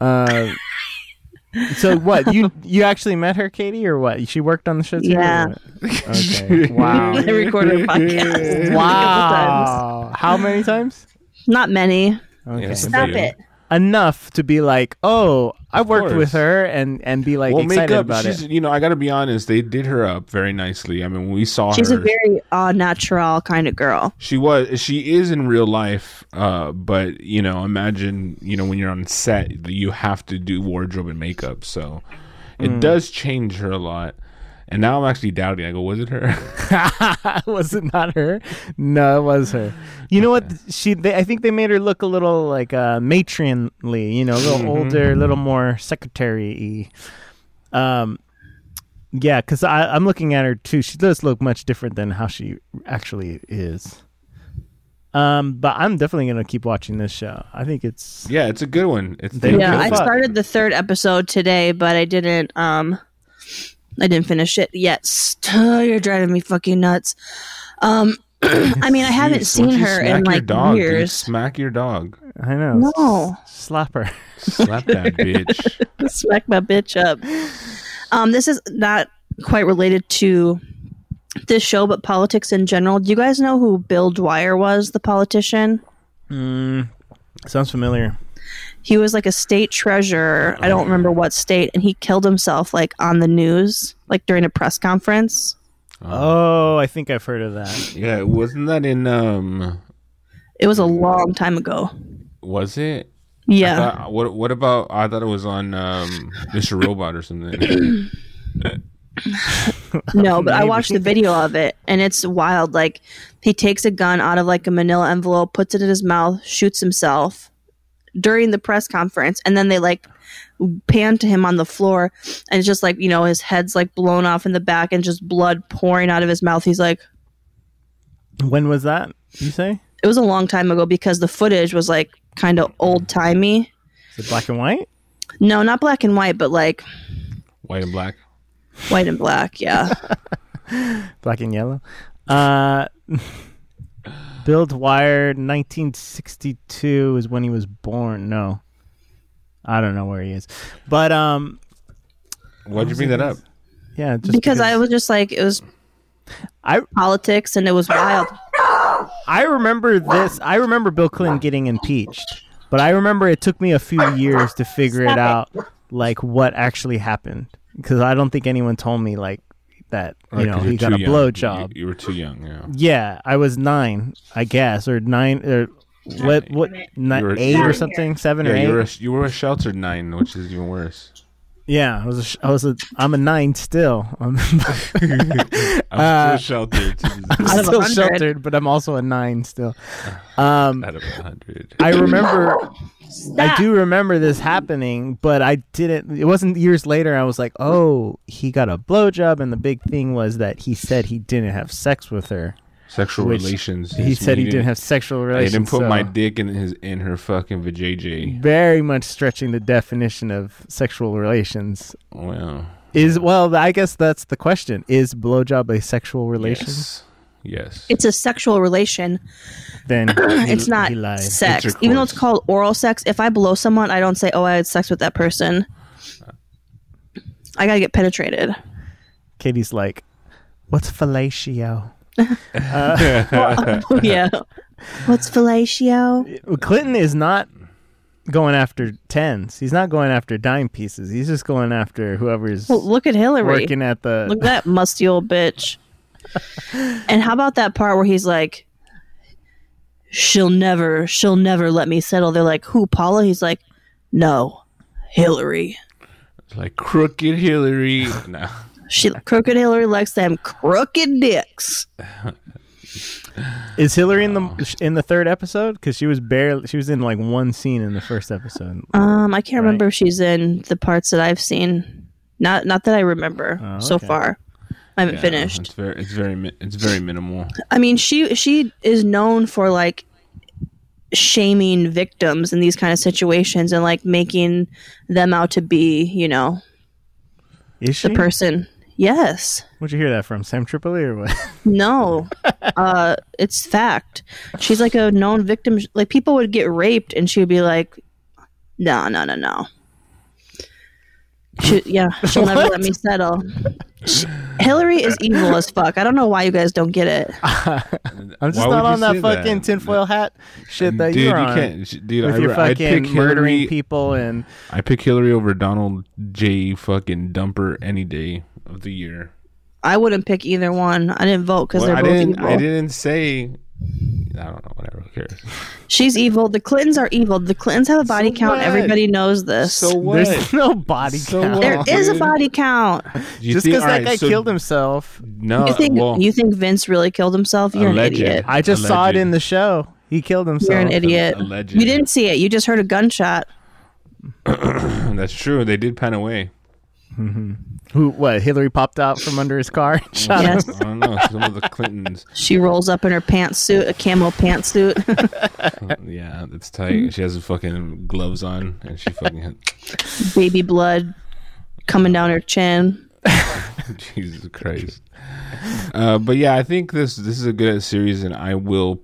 C: Uh, so what you you actually met her, Katie, or what? She worked on the show. Too, or
B: Yeah.
C: what? Okay. Wow.
B: I recorded a podcast. Wow.
C: wow. How many times?
B: Not many.
C: Okay.
A: Yeah, some
B: Stop
A: do.
B: it.
C: Enough to be like, oh, I worked
A: course.
C: with her, and and be like
A: Well,
C: excited
A: makeup.
C: about
A: She's,
C: it.
A: you know, I gotta be honest. They did her up very nicely. I mean, when we saw
B: She's
A: her.
B: a very au natural kind of girl.
A: She was. She is in real life, uh, but you know, imagine you know when you're on set, you have to do wardrobe and makeup, so it
B: Mm.
A: does change her a lot. And now I'm actually doubting. I go, was it her?
C: was it not her? No, it was her. You know what? She, they, I think they made her look a little like uh, matronly. You know, a little older, a little more secretary. Um, yeah, because I'm looking at her too. She does look much different than how she actually is. Um, but I'm definitely gonna keep watching this show. I think it's
A: yeah, it's a good one. It's
C: They don't
B: yeah,
C: give a
B: I
C: fuck.
B: started the third episode today, but I didn't. Um, I didn't finish it yet. Ugh, you're driving me fucking nuts. Um, I mean, I haven't
A: Jeez, why don't you
B: seen her
A: smack
B: in
A: your
B: like
A: dog, dude?
B: years.
A: Smack your dog.
C: I know
B: No.
C: s- slap her.
A: Slap that bitch.
B: Smack my bitch up. Um, this is not quite related to this show, but politics in general. Do you guys know who Bill Dwyer was, the politician?
C: Mm, Sounds familiar.
B: He was like a state treasurer. I
A: Oh.
B: don't remember what state, and he killed himself like on the news, like during a press conference.
C: Oh, I think I've heard of that.
A: yeah, wasn't that in um?
B: It was a long time ago.
A: Was it?
B: Yeah.
A: Uh, what What about? I thought it was on um, Mr. Robot or something.
B: No, but I watched the video of it and it's wild. Like he takes a gun out of like a manila envelope, puts it in his mouth, shoots himself during the press conference, and then they like pan to him on the floor and it's just like, you know, his head's like blown off in the back and just blood pouring out of his mouth. He's like
C: When was that? You say?
B: it was a long time ago because the footage was like kind of old timey.
C: Is it black and white?
B: No, not black and white, but like
A: White and black.
B: white and black, yeah.
C: black and yellow. Uh, Bill Dwyer, 1962 is when he was born. No, I don't know where he is, but um,
A: Why'd you bring that up?
C: yeah, just
B: because I was just like it was
C: I
B: politics and it was wild.
C: I remember this. I remember Bill Clinton getting impeached, but I remember it took me a few years to figure it out, like what actually happened, because I don't think anyone told me like that. You
A: Right,
C: know,
A: 'cause you're
C: he got
A: too
C: a
A: young.
C: blowjob.
A: You, you were too young. Yeah.
C: Yeah, I was nine, I guess, or nine, or what? What? Ni-
A: You were-
C: eight
A: you were-
C: or something? Seven or
A: Yeah,
C: eight?
A: you were a, you were a sheltered nine, which is even worse.
C: yeah, I was. A sh- I was. A, I'm a nine still. I'm,
A: I'm
C: Uh,
A: still sheltered. To
C: I'm
A: this
B: Out of
C: still
B: 100.
C: sheltered, but I'm also a nine still. Um,
A: out of a hundred.
C: I remember. I do remember this happening, but I didn't. It wasn't years later. I was like, "Oh, he got a blowjob," and the big thing was that he said he didn't have sex with her.
A: Sexual
C: Which
A: relations.
C: He said he didn't have sexual
A: They
C: relations.
A: didn't put
C: so-
A: my dick in his in her fucking vajayjay.
C: very much stretching the definition of sexual relations.
A: Wow.
C: Is well, I guess that's the question. Is blowjob a sexual relation?
A: Yes. Yes.
B: It's a sexual relation.
C: Then he-
B: it's not
C: he lied.
B: sex. Even though it's
A: Intercourse.
B: called oral sex, if I blow someone, I don't say, "Oh, I had sex with that person." I gotta get penetrated.
C: Katie's like, "What's fellatio?"
B: yeah. What's fellatio?
C: Clinton is not going after tens. He's not going after dime pieces. He's just going after whoever's
B: Well, look at Hillary.
C: working at the.
B: Look at that musty old bitch. and how about that part where he's like, "She'll never, she'll never let me settle." They're like, "Who, Paula?" He's like, "No, Hillary."
A: It's like crooked Hillary. no.
B: She crooked Hillary likes them crooked dicks.
C: is Hillary in the in the third episode? Because she was barely. She was in like one scene in the first episode.
B: Um, I can't remember if she's in the parts that I've seen. Not not that I remember so
C: okay.
B: far. I haven't
A: Yeah,
B: finished.
A: It's very, it's very, mi- it's very minimal.
B: I mean, she she is known for like shaming victims in these kind of situations and like making them out to be, you know,
C: Is she?
B: the person. Yes.
C: Where'd you hear that from? Sam Tripoli or what?
B: No. uh it's fact. She's like a known victim like people would get raped and she would be like no, no, no, no. She, yeah, she'll never let me settle. She, Hillary is evil as fuck. I don't know why you guys don't get it.
C: I'm just
A: Why would
C: not
A: you
C: on that
A: say
C: fucking tinfoil hat shit that
A: dude,
C: you're
A: you
C: on.
A: can't, sh- dude.
C: with
A: I,
C: your
A: I'd pick
C: fucking murdering
A: Hillary.
C: people and
A: I pick Hillary over Donald J. Fucking Dumper any day of the year.
B: I wouldn't pick either one. I didn't vote because
A: Well,
B: they're
A: I
B: both
A: didn't.
B: evil.
A: I didn't say. I don't know. Whatever. Who cares?
B: She's evil. The Clintons are evil. The Clintons have a body count.
A: what?
B: Everybody knows this.
A: So what?
C: there's no body
A: So
C: count.
A: what?
B: there is a
A: Dude.
B: body count.
A: Do you
C: Just
A: think-
C: because that
A: alright,
C: guy
A: so
C: killed himself,
A: No.
B: You think
A: well,
B: you think Vince really killed himself? You're
A: Alleged.
B: an idiot.
C: I just saw it
A: Alleged.
C: in the show. He killed himself.
B: You're an idiot.
A: Alleged.
B: You didn't see it. You just heard a gunshot.
A: That's true. They did pan away.
C: Who? What? Hillary popped out from under his car. And shot him.
B: Yes.
A: I don't know. Some of the Clintons.
B: She rolls up in her pantsuit, a camo pantsuit.
A: Yeah, it's tight. She has the fucking gloves on, and she fucking.
B: Baby blood coming down her chin.
A: Jesus Christ. Uh, but yeah, I think this this is a good series, and I will.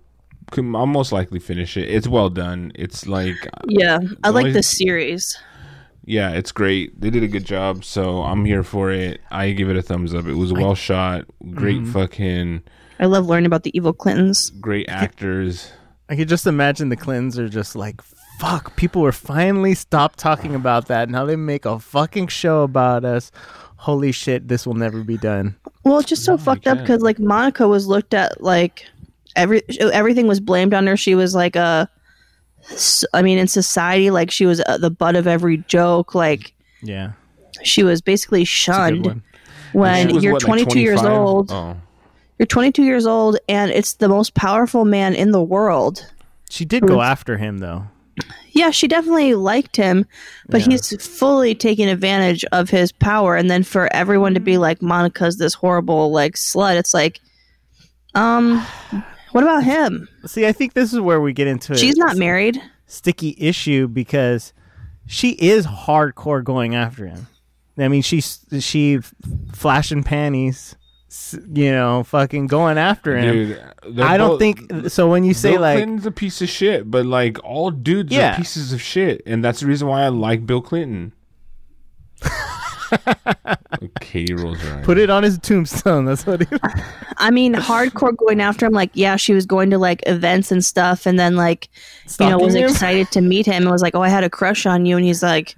A: com- I'll most likely finish it. It's well done. It's like
B: Yeah. I like
A: Noise-
B: this series.
A: yeah, it's great. They did a good job, so I'm here for it. I give it a thumbs up. It was well shot, great
B: Mm-hmm.
A: fucking,
B: I love learning about the evil Clintons.
A: great actors.
C: I could just imagine the Clintons are just like, fuck, people were finally stopped talking about that. Now they make a fucking show about us. Holy shit, this will never be done.
B: Well, it's just
A: Oh
B: so fucked up
A: can't.
B: because like Monica was looked at like every everything was blamed on her. She was like a, s- I mean, in society, like she was uh, the butt of every joke. Like
C: Yeah.
B: she was basically
C: Good
B: shunned
C: one.
A: She
B: when
A: was,
B: you're
A: what, like,
B: 22 years
A: 25?
B: old.
A: Oh,
B: You're 22 years old, and it's the most powerful man in the world.
C: She did go after him though.
B: Yeah, she definitely liked him, but he's fully taking advantage of his power. And then for everyone to be like, Monica's this horrible like slut. It's like, um, what about him?
C: See, I think this is where we get into a
B: She's not married.
C: sticky issue because she is hardcore going after him. I mean, she's she f- flashing panties, s- you know, fucking going after him.
A: dude, they're
C: I don't
A: both-
C: think so. When you say
A: Bill
C: like,
A: Clinton's a piece of shit, but like all dudes
C: Yeah.
A: are pieces of shit, and that's the reason why I like Bill Clinton. okay, he rolls around.
C: put it on his tombstone. That's what he.
B: I mean, hardcore going after him. Like, yeah, she was going to like events and stuff, and then like, you know, was
C: Stalking him?
B: excited to meet him and was like, "Oh, I had a crush on you," and he's like,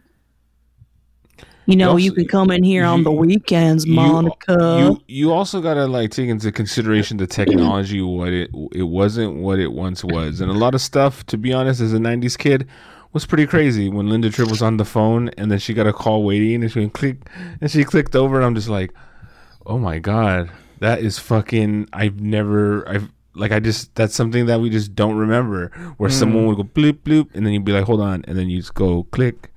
B: "You know,
A: also-
B: you can come in here on
A: you- uh,
B: the weekends, Monica."
A: You, you also gotta like take into consideration the technology. What it it wasn't what it once was, and a lot of stuff. To be honest, as a '90s kid, was pretty crazy. When Linda Tripp was on the phone, and then she got a call waiting, and she went click, and she clicked over, and I'm just like, oh my god, that is fucking. I've never. I've like I just that's something that we just don't remember. Where someone would go bloop bloop, and then you'd be like, hold on, and then you just go click.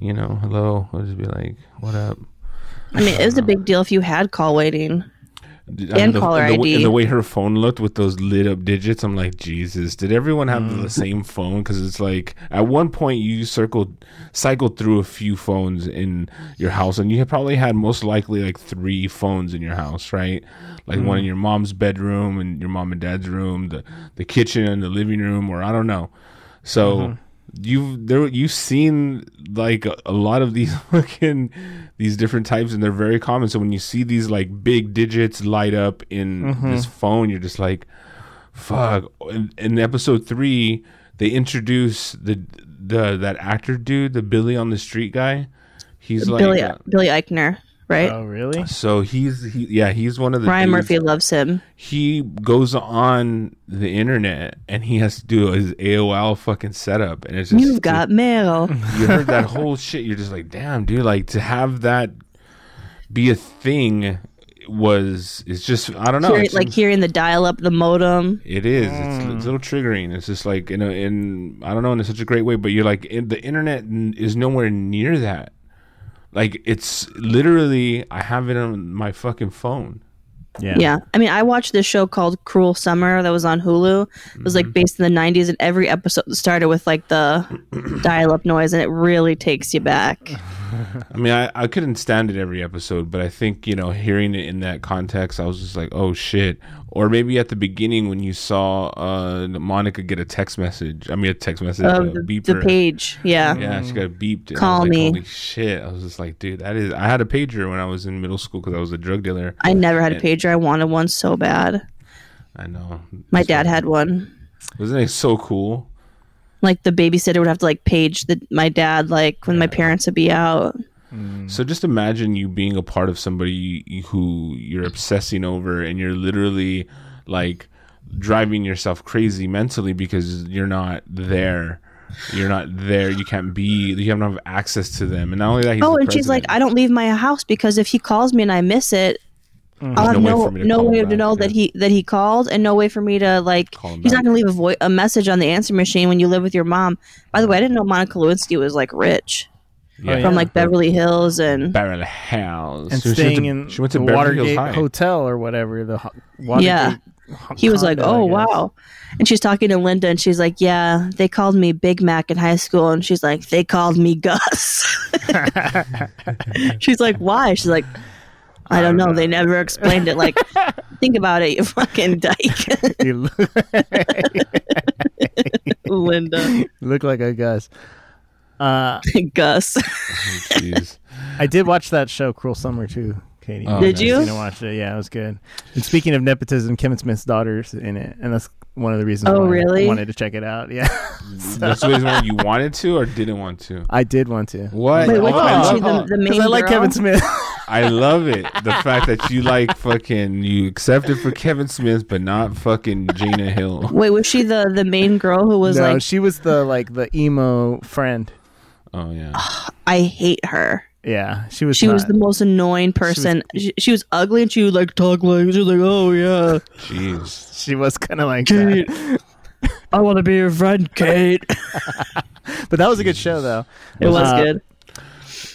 A: You know, hello. I'll just be like, what up?
B: I mean, it was a big deal if you had call waiting.
A: I
B: And
A: mean,
B: caller
A: and the, way-
B: ID.
A: And the way her phone looked with those lit up digits, I'm like, Jesus, did everyone have
B: Mm.
A: the same phone? Because it's like at one point you circled, cycled through a few phones in your house, and you had probably had most likely like three phones in your house, right? Like one
B: Mm.
A: in your mom's bedroom and your mom and dad's room, the the kitchen and the living room, or I don't know. So.
B: Mm-hmm.
A: You've there you've seen like a, a lot of these fucking these different types and they're very common. So when you see these like big digits light up in
B: Mm-hmm.
A: this phone, you're just like, fuck. In, in episode three, they introduce the the that actor dude, the Billy on the street guy. He's like
B: Billy
A: uh,
B: Billy Eichner, right?
C: Oh, really?
A: so he's he, yeah he's one of the
B: Ryan
A: dudes-
B: Murphy loves him.
A: he goes on the internet and he has to do his AOL fucking setup and it's just
B: You've got mail.
A: you heard that whole shit you're just like damn dude like to have that be a thing was it's just i don't know
B: Hear-
A: it's
B: like hearing the dial up, the modem.
A: it is it's, it's a little triggering it's just like you know in i don't know in such a great way but you're like in, the internet n- is nowhere near that like it's literally i have it on my fucking phone
C: Yeah.
B: Yeah. I mean, I watched this show called Cruel Summer that was on Hulu. It was like based in the 90s, and every episode started with like the dial up noise, and it really takes you back.
A: I mean, I, I couldn't stand it every episode, but I think, you know, hearing it in that context, I was just like, oh shit. Or maybe at the beginning when you saw uh, Monica get a text message. I mean, a text message,
B: Oh,
A: a
B: the, the
A: beeper.
B: page. Yeah.
A: Yeah, she got beeped. and I
B: Call
A: was like,
B: me.
A: Holy shit. I was just like, dude, that is. I had a pager when I was in middle school because I was a drug dealer.
B: I never had a pager. I wanted one so bad.
A: I know.
B: My dad had one.
A: Wasn't it so cool?
B: Like the babysitter would have to like page the, my dad like when my parents would be out.
A: So just imagine you being a part of somebody you- who you're obsessing over and you're literally like driving yourself crazy mentally because you're not there. You're not there. You can't be. You don't have access to them. And not only that, he's
B: oh,
A: the
B: and she's like,
A: president.
B: I don't leave my house because if he calls me and I miss it,
C: Mm-hmm.
B: I'll have
A: There's no
B: Uh, no
A: way
B: no
A: for me
B: way,
A: to call him
B: to
A: back,
B: know
A: yeah.
B: that he that he called, and no way for me to like.
A: him
B: He's not gonna leave a vo- a message on the answer machine when you live with your mom. By the way, I didn't know Monica Lewinsky was like rich
A: Oh, Yeah.
B: from like Beverly Hills and
A: Barrel House. So
C: and
A: she went
C: staying
A: to-
C: in
A: She went to
C: the
A: Beverly Hills
C: Watergate
A: High.
C: Hotel or whatever. The ho- Watergate
B: yeah.
C: ho-
B: He was like,
C: condo, I
B: "Oh
C: guess.
B: wow," and she's talking to Linda, and she's like, "Yeah, they called me Big Mac in high school," and she's like, "They called me Gus." she's like, "Why?" She's like, "I don't know. They never explained it." Like, think about it, you fucking dyke,
C: You look,
B: Linda,
C: look like a Gus.
B: Gus.
A: Jeez.
C: I did watch that show, Cruel Summer, too. Katie,
A: Oh,
B: Did
A: nice.
B: you?
C: Christina watched it. Yeah, it was good. And speaking of nepotism, Kevin Smith's daughter's in it, and that's one of the reasons.
B: Oh,
C: why
B: really?
C: I wanted to check it out. Yeah,
A: That's the reason why you wanted to or didn't want to.
C: I did want to
A: What?
B: Wait,
A: Oh,
B: which
A: I
B: one?
A: love
B: She the, the main
C: because I like
B: girl?
C: Kevin Smith.
A: I love it. The fact that you like fucking you accept it for Kevin Smith, but not fucking Gina Hill.
B: Wait, was she the the main girl who was
C: no,
B: like,
C: she was the like the emo friend.
A: Oh yeah.
B: I hate her.
C: Yeah, she was.
B: She was
C: not-
B: the most annoying person. She she was, ugly, and she would like talk like she was like, "Oh yeah,
A: Jeez.
C: She was kind of like that.
B: I want to be your friend, Kate."
C: But that was a good show though.
B: It was
C: Uh,
B: good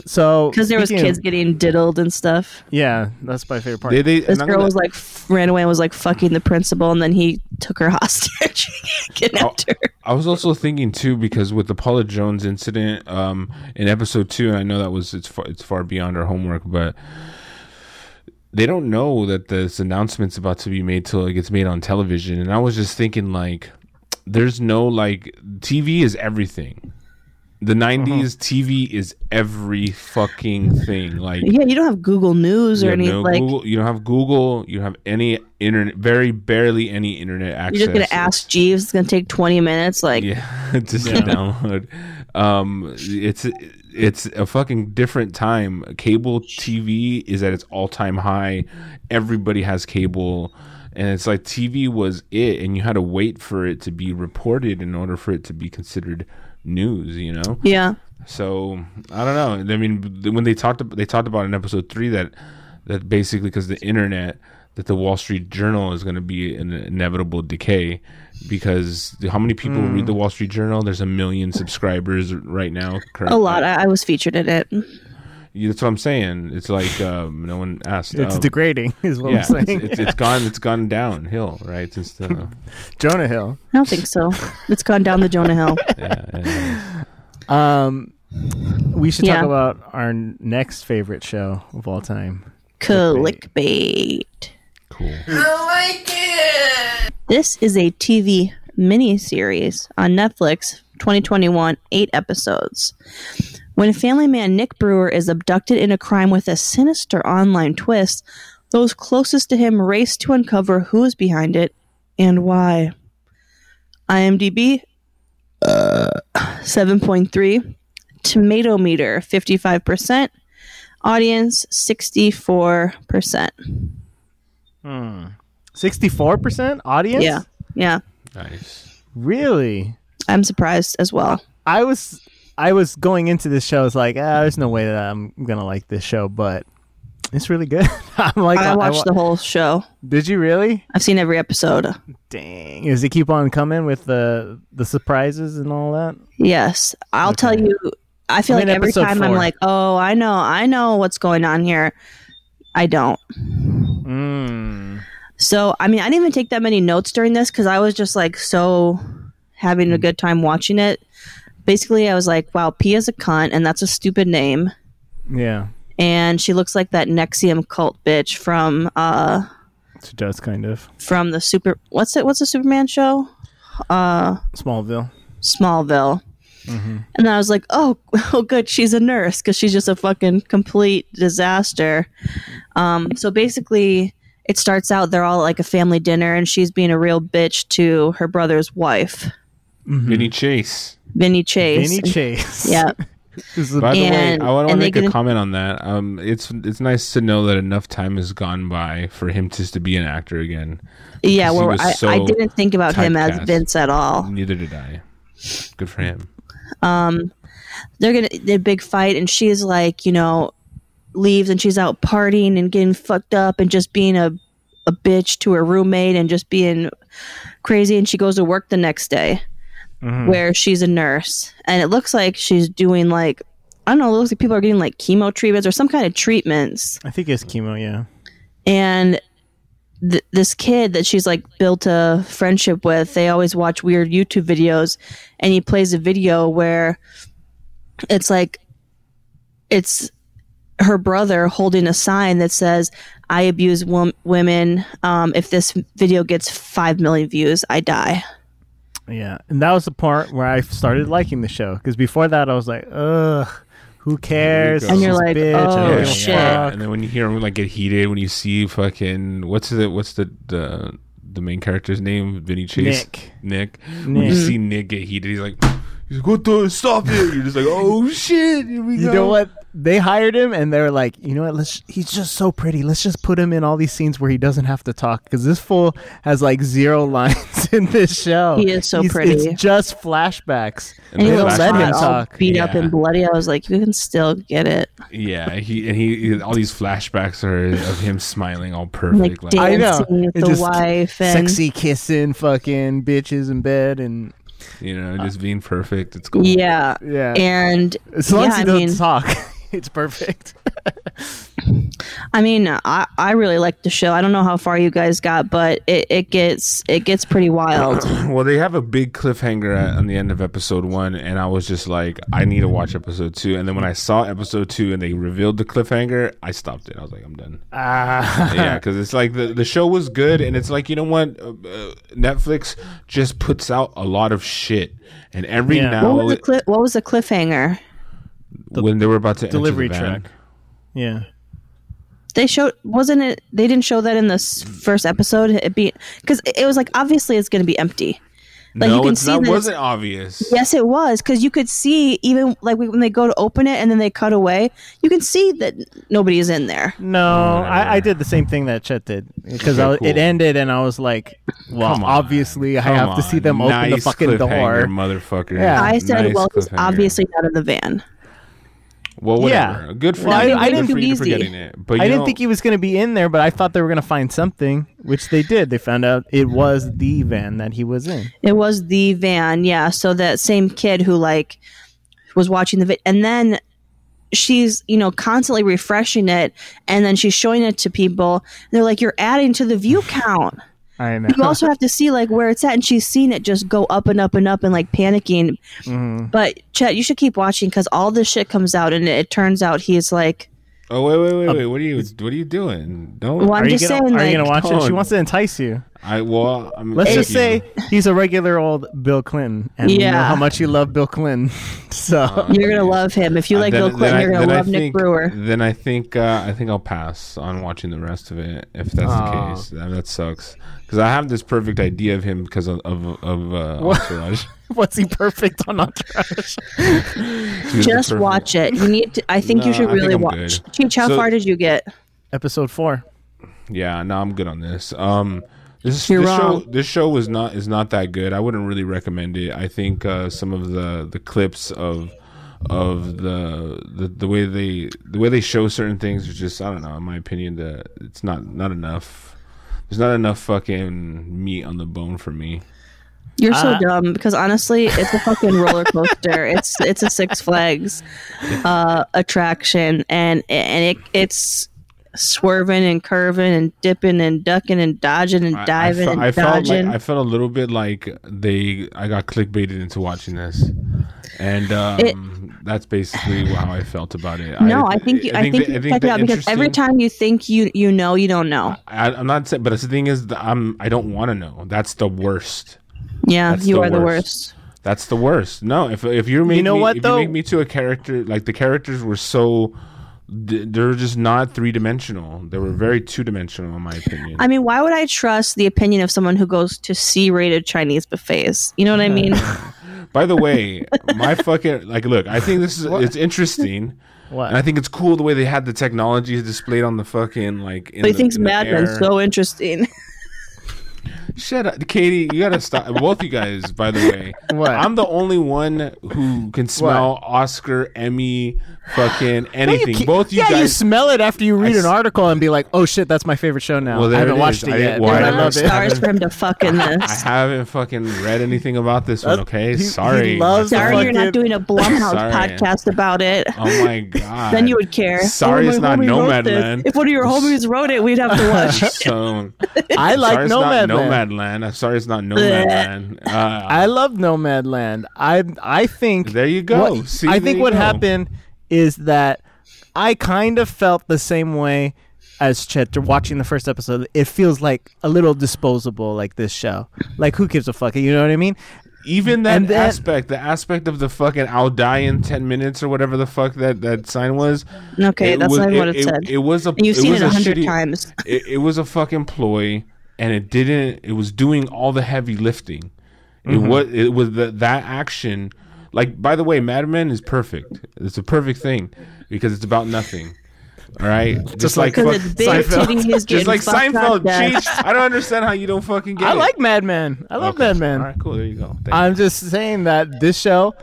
C: So
B: because there was
C: speaking of-
B: kids getting diddled and stuff.
C: yeah, that's my favorite part.
A: They, they,
B: This
A: and I'm
B: girl
A: gonna-
B: was like f- ran away and was like fucking the principal, and then he took her hostage, kidnapped her.
A: I was also thinking too because with the Paula Jones incident um, in episode two, and I know that was it's far, it's far beyond our homework, but they don't know that this announcement's about to be made till it gets made on television. And I was just thinking like, there's no like TV is everything. The '90s
B: Uh-huh.
A: TV is every fucking thing. Like
B: Yeah, you don't have Google News or
A: You have
B: any
A: no
B: like.
A: Google, you don't have Google. You don't have any internet, very barely any internet access.
B: You're just gonna ask Jeeves. It's gonna take 20 minutes. Like,
A: Yeah, just to download. Um, it's it's a fucking different time. Cable TV is at its all time high. Everybody has cable, and it's like TV was it, and you had to wait for it to be reported in order for it to be considered news. You know.
B: yeah.
A: So I don't know. I mean, th- when they talked, ab- they talked about in episode three that that basically because the internet, that the Wall Street Journal is going to be an inevitable decay because the- how many people read
B: Hmm.
A: the Wall Street Journal? There's a million subscribers right now.
B: A lot. I, I was featured in it.
A: Yeah, that's what I'm saying. It's like um, no one asked.
C: it's
A: um,
C: degrading, is what
A: yeah,
C: I'm saying.
A: it's, it's, it's gone. It's gone downhill, right? uh, Since the
C: Jonah Hill.
B: I don't think so. It's gone down the Jonah Hill.
A: yeah, yeah.
C: Um, we should
B: Yeah.
C: talk about our next favorite show of all time.
B: Clickbait.
A: cool.
B: This is a TV miniseries on Netflix, 2021, eight episodes. When family man Nick Brewer is abducted in a crime with a sinister online twist, those closest to him race to uncover who is behind it and why. IMDb uh, 7.3, Tomato Meter 55%, Audience 64%.
C: Sixty-four percent audience.
B: Yeah, yeah.
A: Nice.
C: really.
B: I'm surprised as well.
C: I was I was going into this show. I was like, ah, there's no way that I'm gonna like this show, but it's really good. I'm like,
B: I watched
C: wa-
B: the whole show.
C: Did you really?
B: I've seen every episode.
C: Dang! Does it keep on coming with the the surprises and all that?
B: Yes, I'll tell you. I feel
C: I'm in
B: like every
C: episode
B: time i I'm
C: four.
B: like, oh, I know, I know what's going on here. I don't.
A: Hmm.
C: Mm.
B: So, I mean, I didn't even take that many notes during this because I was just like so having a
C: Mm.
B: good time watching it. Basically, I was like, wow, Pia's a cunt, and that's a stupid name.
C: Yeah,
B: And she looks like that Nexium cult bitch from uh
C: she does kind of
B: from the super what's it what's the Superman show?
C: Smallville.
B: Smallville.
A: Mm-hmm.
B: And then I was like, oh, oh, good, she's a nurse because she's just a fucking complete disaster. Um, so basically, it starts out they're all at, like a family dinner, and she's being a real bitch to her brother's wife, Mm-hmm.
A: Vinny Chase.
B: Vinny Chase.
C: Vinny
B: And-
C: Chase.
B: Yeah,
C: Is a-
A: By the
B: And-
A: way, I want to
B: and they
A: make a
B: get-
A: comment on that. Um, it's it's nice to know that enough time has gone by for him just to be an actor again.
B: yeah.
A: He
B: Well,
A: was
B: I,
A: so
B: I didn't think about him as
A: typecast.
B: Vince at all.
A: Neither did I. Good for him.
B: They're gonna the big fight, and she's like, you know, leaves, and she's out partying and getting fucked up, and just being a a bitch to her roommate, and just being crazy. And she goes to work the next day.
C: Mhm.
B: where she's a nurse and it looks like she's doing like I don't know, it looks like people are getting like chemo treatments or some kind of treatments.
C: I think it's chemo. Yeah.
B: And th- this kid that she's like built a friendship with, they always watch weird YouTube videos and he plays a video where it's like it's her brother holding a sign that says I abuse wom- women. Um, if this video gets 5 million views, I die.
C: Yeah, and that was the part where I started liking the show because before that I was like, ugh, who cares?
A: And you're
C: She's a
B: like,
C: bitch, I
B: Oh,
C: don't give a
B: shit.
C: fuck.
A: And then when you hear him like get heated, when you see fucking what's the what's the the the main character's name? Vinny Chase.
C: Nick.
A: Nick. When you
B: Mm-hmm.
C: Nick.
A: see Nick get heated, he's like, he's like, what the? Stop it! You're just like, oh shit! Here we
C: You
A: go.
C: know what? They hired him, and they were like, you know what? Let's. He's just so pretty. Let's just put him in all these scenes where he doesn't have to talk because this fool has like zero lines in this show.
B: He is so
C: He's-
B: pretty.
C: It's just flashbacks.
A: And
B: he
A: the
C: they
B: was
C: don't let
B: hot,
C: him
B: all
C: talk.
B: Beat up
A: Yeah.
B: and bloody. I was like, you can still get it.
A: Yeah, he and he all these flashbacks are of him smiling all perfect.
B: Like,
A: Like,
C: I know.
B: dancing with
C: It
B: the
C: just-
B: wife and
C: Sexy kissing, fucking bitches in bed, and
A: you know, just being perfect. It's cool.
B: yeah,
C: yeah.
B: and
C: as long
B: yeah,
C: as he
B: I
C: doesn't
B: mean,
C: talk, it's perfect.
B: I mean, I I really liked the show. I don't know how far you guys got, but it, it gets it gets pretty wild.
A: Well, they have a big cliffhanger at, on the end of episode one, and I was just like, I need to watch episode two. And then when I saw episode two and they revealed the cliffhanger, I stopped it. I was like, I'm done.
C: Ah.
A: yeah, because it's like the, the show was good, and it's like you know what, uh, uh, Netflix just puts out a lot of shit, and every
C: Yeah.
A: now
B: what was the cli- what was the cliffhanger?
A: when they were about to
C: delivery
A: enter the van,
C: truck. yeah.
B: They showed wasn't it? They didn't show that in the s- first episode. It be because it was like obviously it's going to be empty. Like
A: no,
B: you can
A: it's
B: see
A: not.
B: that it's-
A: Wasn't obvious.
B: Yes, it was because you could see even like when they go to open it and then they cut away, you can see that nobody is in there.
C: No, I, I did the same thing that Chet did because
A: Okay,
C: I was
A: cool.
C: it ended and I was like, well,
A: Come on.
C: obviously I
A: Come
C: have to
A: on.
C: see them open the
A: Nice
C: fucking
A: cliffhanger,
C: door.
A: motherfucker.
C: Yeah.
B: I said,
A: Oh, Nice
B: well, it's
A: cliffhanger.
B: obviously not in the van.
A: Well,
C: Yeah.
A: whatever. Good for
C: Well, I-
A: you.
C: I
A: Good
C: didn't
A: for
B: do
A: you for
B: easy.
A: getting it. But you
C: I didn't
A: know-
C: think he was going to be in there, but I thought they were going to find something, which they did. They found out it was the van that he was in.
B: It was the van, yeah. So that same kid who like was watching the video, and then she's you know constantly refreshing it, and then she's showing it to people. And they're like, "You're adding to the view count."
C: I
B: you
C: know.
B: also have to see like where it's at and she's seen it just go up and up and up and like panicking
A: Mm-hmm.
B: but chet you should keep watching because all this shit comes out and it, it turns out he's like
A: Oh wait, wait, wait, wait. What are you? What are you doing? Don't.
B: Well, I'm
C: Are you
B: just
C: gonna,
B: saying,
C: are
B: like-
C: you gonna watch it? She
A: Tone.
C: wants to entice you.
A: I well. I'm,
C: Let's
A: with
C: just
A: you.
C: say he's a regular old Bill Clinton, and we know
B: Yeah.
C: how much you love Bill Clinton. So
B: you're gonna love him if you like
A: Then-
B: bill
A: then
B: clinton
A: I-
B: you're gonna
A: then I
B: love nick
A: think-
B: brewer
A: Then I think uh, I think I'll pass on watching the rest of it if that's
C: Aw.
A: the case. That, that sucks because I have this perfect idea of him because of of, of uh, Entourage.
C: was he perfect on Entourage?
A: He was the
B: just
A: perfect-
B: watch it you need to i think
A: No,
B: you should
A: I think
B: really
A: I'm
B: watch
A: good.
B: cheech how
A: So-
B: far did you get
C: Episode four.
A: Yeah, no, I'm good on this. Um, this
B: You're
A: this
B: wrong.
A: show this show was not is not that good. I wouldn't really recommend it. I think uh, some of the the clips of of the, the the way they the way they show certain things is just I don't know. In my opinion, the it's not not enough. There's not enough fucking meat on the bone for me.
B: you're so dumb because honestly it's a fucking roller coaster it's it's a six flags uh attraction and and it it's swerving and curving and dipping and ducking and dodging and
A: I- I
B: diving
A: fe-
B: and
A: I felt
B: dodging.
A: like, I felt a little bit like they I got clickbaited into watching this, and um, that's basically how I felt about it.
B: no, I think you, I, think,
A: the-
B: you check
A: the
B: it out because every
A: interesting-
B: time you think you you know, you don't know.
A: I, I'm not saying, but the thing is, that I'm I don't want to know. That's the worst.
B: Yeah,
A: That's
B: you
A: the
B: are the
A: worst.
B: worst.
A: That's the worst. No, if if you're making
C: know
A: me,
C: what,
A: if
C: though?
A: you make me to a character like the characters were so th- they're just not three dimensional. They were very two dimensional in my opinion.
B: I mean, why would I trust the opinion of someone who goes to C-rated Chinese buffets? You know what I mean?
A: By the way, my fucking like look, I think this is it's interesting.
C: What?
A: And I think it's cool the way they had the technology displayed on the fucking like. In
B: but he
A: the-
B: thinks
A: in the
B: Mad Men's
A: air.
B: so interesting.
A: Shut up, Katie. You gotta stop. Both you guys, by the way.
C: What?
A: I'm the only one who can smell Oscar, Emmy, fucking anything. Both you
C: yeah, you
A: guys.
C: smell it after you read
A: I s-
C: an article and be like, "Oh shit, that's my favorite show now."
A: Well, there
C: I haven't
A: it
C: watched
A: is.
C: it
A: I
C: yet.
A: didn't- well,
C: but
A: I
C: I
A: didn't-
C: love it.
B: stars for him to fuck in
A: I
B: this.
A: haven't fucking read anything about this one. Okay,
C: he- he
A: sorry.
C: loves-
B: Sorry, you're
C: Fucking-
B: not doing a Blumhouse
A: Sorry.
B: podcast about it.
A: Oh my god.
B: then you would care.
A: Sorry,
B: Oh,
A: it's
B: my
A: not
B: homie wrote this.
A: Nomadland.
B: If one of your homies wrote it, we'd have to watch.
A: So,
C: I
A: I'm
C: like
A: sorry it's not
C: Nomadland.
A: Nomadland. I'm sorry it's not Nomadland. Uh,
C: I love Nomadland. I I think
A: There you go.
C: What,
A: See,
C: I
A: there
C: think
A: you
C: what
A: go.
C: happened is that I kind of felt the same way as Chet to watching the first episode. It feels like a little disposable, like this show. Like who gives a fuck? You know what I mean?
A: Even that
C: And then-
A: aspect, the aspect of the fucking "I'll die in ten minutes" or whatever the fuck that that sign was.
B: Okay, that's not what it said.
A: It was a.
B: And you've
A: it
B: seen
A: was
B: it a hundred
A: shitty-
B: times.
A: It, it was a fucking ploy, and it didn't. It was doing all the heavy lifting.
C: Mm-hmm.
A: It was. It was the, that action. Like by the way, Mad Men is perfect. It's a perfect thing because it's about nothing. All right, just, like,
B: Because
A: fuck-
B: it's big titties is
A: just
B: getting
A: like
B: fucked
A: Seinfeld.
B: up, guys.
A: Cheech, I don't understand how you don't fucking get.
C: I
A: it.
C: like Mad Men. I love
A: Okay.
C: Mad Men.
A: All right, cool. There you go. Thank you.
C: I'm just saying that this show,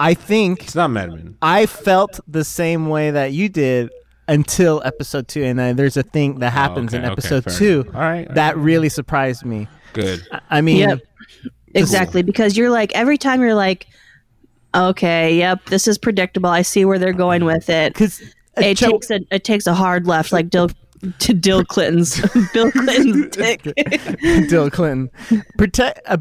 C: I think
A: It's not Mad Men.
C: I felt the same way that you did until episode two, and I, there's a thing that happens
A: Oh, okay, okay,
C: in episode
A: fair
C: two
A: enough. All right, all
C: that really surprised me.
A: Good.
C: I mean,
B: Yep. Exactly, because you're like every time you're like, okay, yep, this is predictable. I see where they're going with it.
C: because
B: It takes a it takes a hard left, like Dill to Dill Clinton's Bill Clinton's dick.
C: Bill Clinton. Protect. Uh,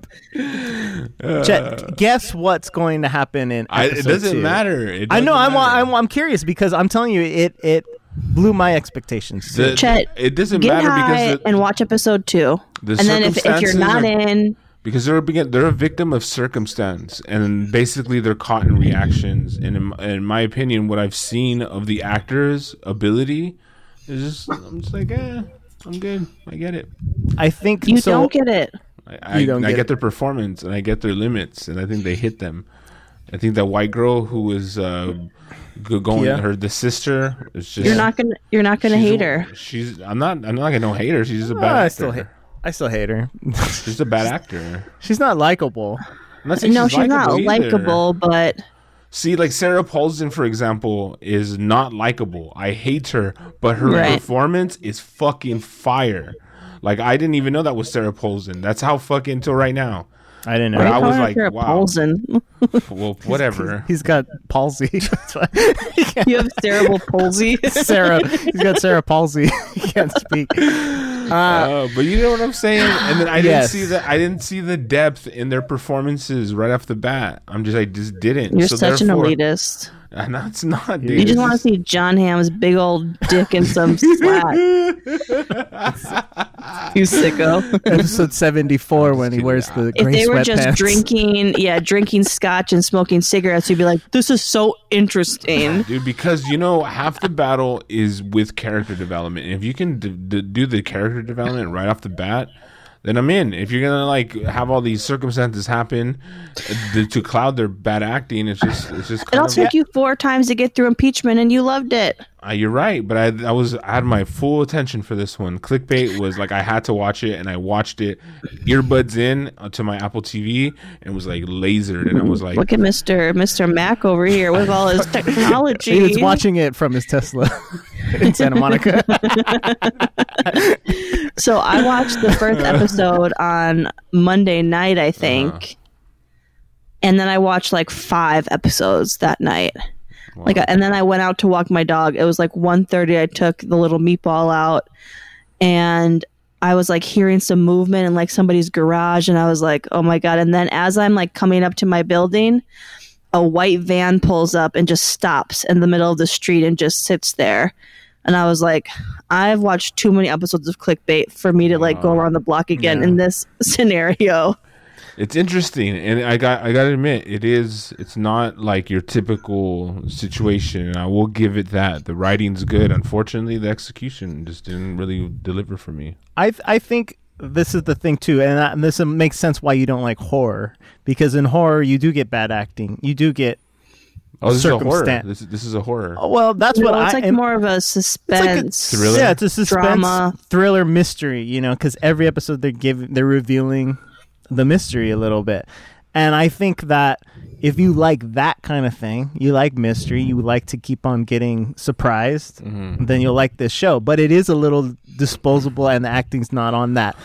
C: Chet, guess what's going to happen in?
A: I, it
C: episode
A: doesn't
C: two?
A: matter. It
C: I know.
A: doesn't
C: I'm,
A: matter.
C: I'm. I'm curious because I'm telling you, it it blew my expectations.
A: The-
B: Chet,
A: it doesn't
B: Get
A: matter
B: high
A: because the,
B: and watch episode two,
A: the
B: and then if, if you're
A: circumstances
B: not
A: are-
B: in,
A: because they're a begin- they're a victim of circumstance, and basically they're caught in reactions. And in, in my opinion, what I've seen of the actors' ability is just I'm just like, eh, I'm good. I get it.
C: I think
B: you
C: so,
B: don't get it.
A: I I,
C: You don't
A: I
C: get
A: get,
C: it.
A: their performance and I get their limits, and I think they hit them. I think that white girl who was uh, g- going
C: Kia?
A: her the sister is just
B: You're not gonna you're not gonna
A: she's
B: hate
A: a-
B: her.
A: She's I'm not I'm not gonna hate her. She's just a
C: Oh,
A: bad.
C: I
A: actor.
C: still hate. I still hate her.
A: She's a bad actor.
C: She's not likable.
A: I'm not saying
B: No, she's not
A: likable either.
B: likable, but
A: See, like Sarah Paulson, for example, is not likable. I hate her, but her
B: Right.
A: performance is fucking fire. Like I didn't even know that was Sarah Paulson. That's how fucking till right now.
C: I didn't know.
A: But I
B: I
A: was
B: was
A: like,
B: her a
A: wow.
B: Polson.
A: Well, whatever.
C: He's got palsy. That's why- he can't-
B: You have terrible palsy.
C: Sarah. He's got Sarah palsy. he can't speak. Uh,
A: Uh, but you know what I'm saying. And then I didn't
C: Yes.
A: see the I didn't see the depth in their performances right off the bat. I'm just I just didn't.
B: You're
A: So
B: such an
A: therefore-
B: elitist.
A: No, it's not. Dude.
B: You just want to see John Hamm's big old dick and some slack. you sicko.
C: episode seventy-four when he
A: kidding.
C: wears the
B: If
C: gray
B: they were just
C: sweatpants.
B: drinking, yeah, drinking scotch and smoking cigarettes, you'd be like, "This is so interesting."
A: dude because you know half the battle is with character development and if you can d- d- do the character development right off the bat then i'm in if you're gonna like have all these circumstances happen uh, th- to cloud their bad acting it's just it's just kind
B: It'll
A: of,
B: take you four times to get through impeachment, and you loved it.
A: Uh, you're right but I, I was i had my full attention for this one clickbait was like i had to watch it and i watched it earbuds in uh, to my apple tv and was like lasered and i was like
B: Look at Mister Mister Mac over here with all his technology.
C: He was watching it from his Tesla in Santa Monica.
B: So I watched the first episode on Monday night, I think. And then I watched like five episodes that night. Like, and then I went out to walk my dog. It was like 1.30. I took the little meatball out, and I was like hearing some movement in like somebody's garage, and I was like, oh my god! And then as I'm like coming up to my building, a white van pulls up and just stops in the middle of the street and just sits there. And I was like, I've watched too many episodes of clickbait for me to like go around the block again in this scenario.
A: It's interesting, and I got I got to admit, it is. It's not like your typical situation, and I will give it that. The writing's good. Unfortunately, the execution just didn't really deliver for me.
C: I th- I think this is the thing too, and, that, and this makes sense why you don't like horror because in horror you do get bad acting, you do get
A: Oh, this is a horror.
C: Circumstan-
A: This, is- this is a horror.
C: oh, well. That's
B: Well,
C: what
B: it's
C: I
B: like
C: am-
B: more of a suspense.
A: thriller.
C: Yeah, it's a suspense
B: Drama.
C: thriller mystery. You know, because every episode they're giving they're revealing the mystery a little bit, and I think that if you like that kind of thing, you like mystery, you like to keep on getting surprised,
A: Mm-hmm.
C: then you'll like this show. But it is a little disposable, and the acting's not on that.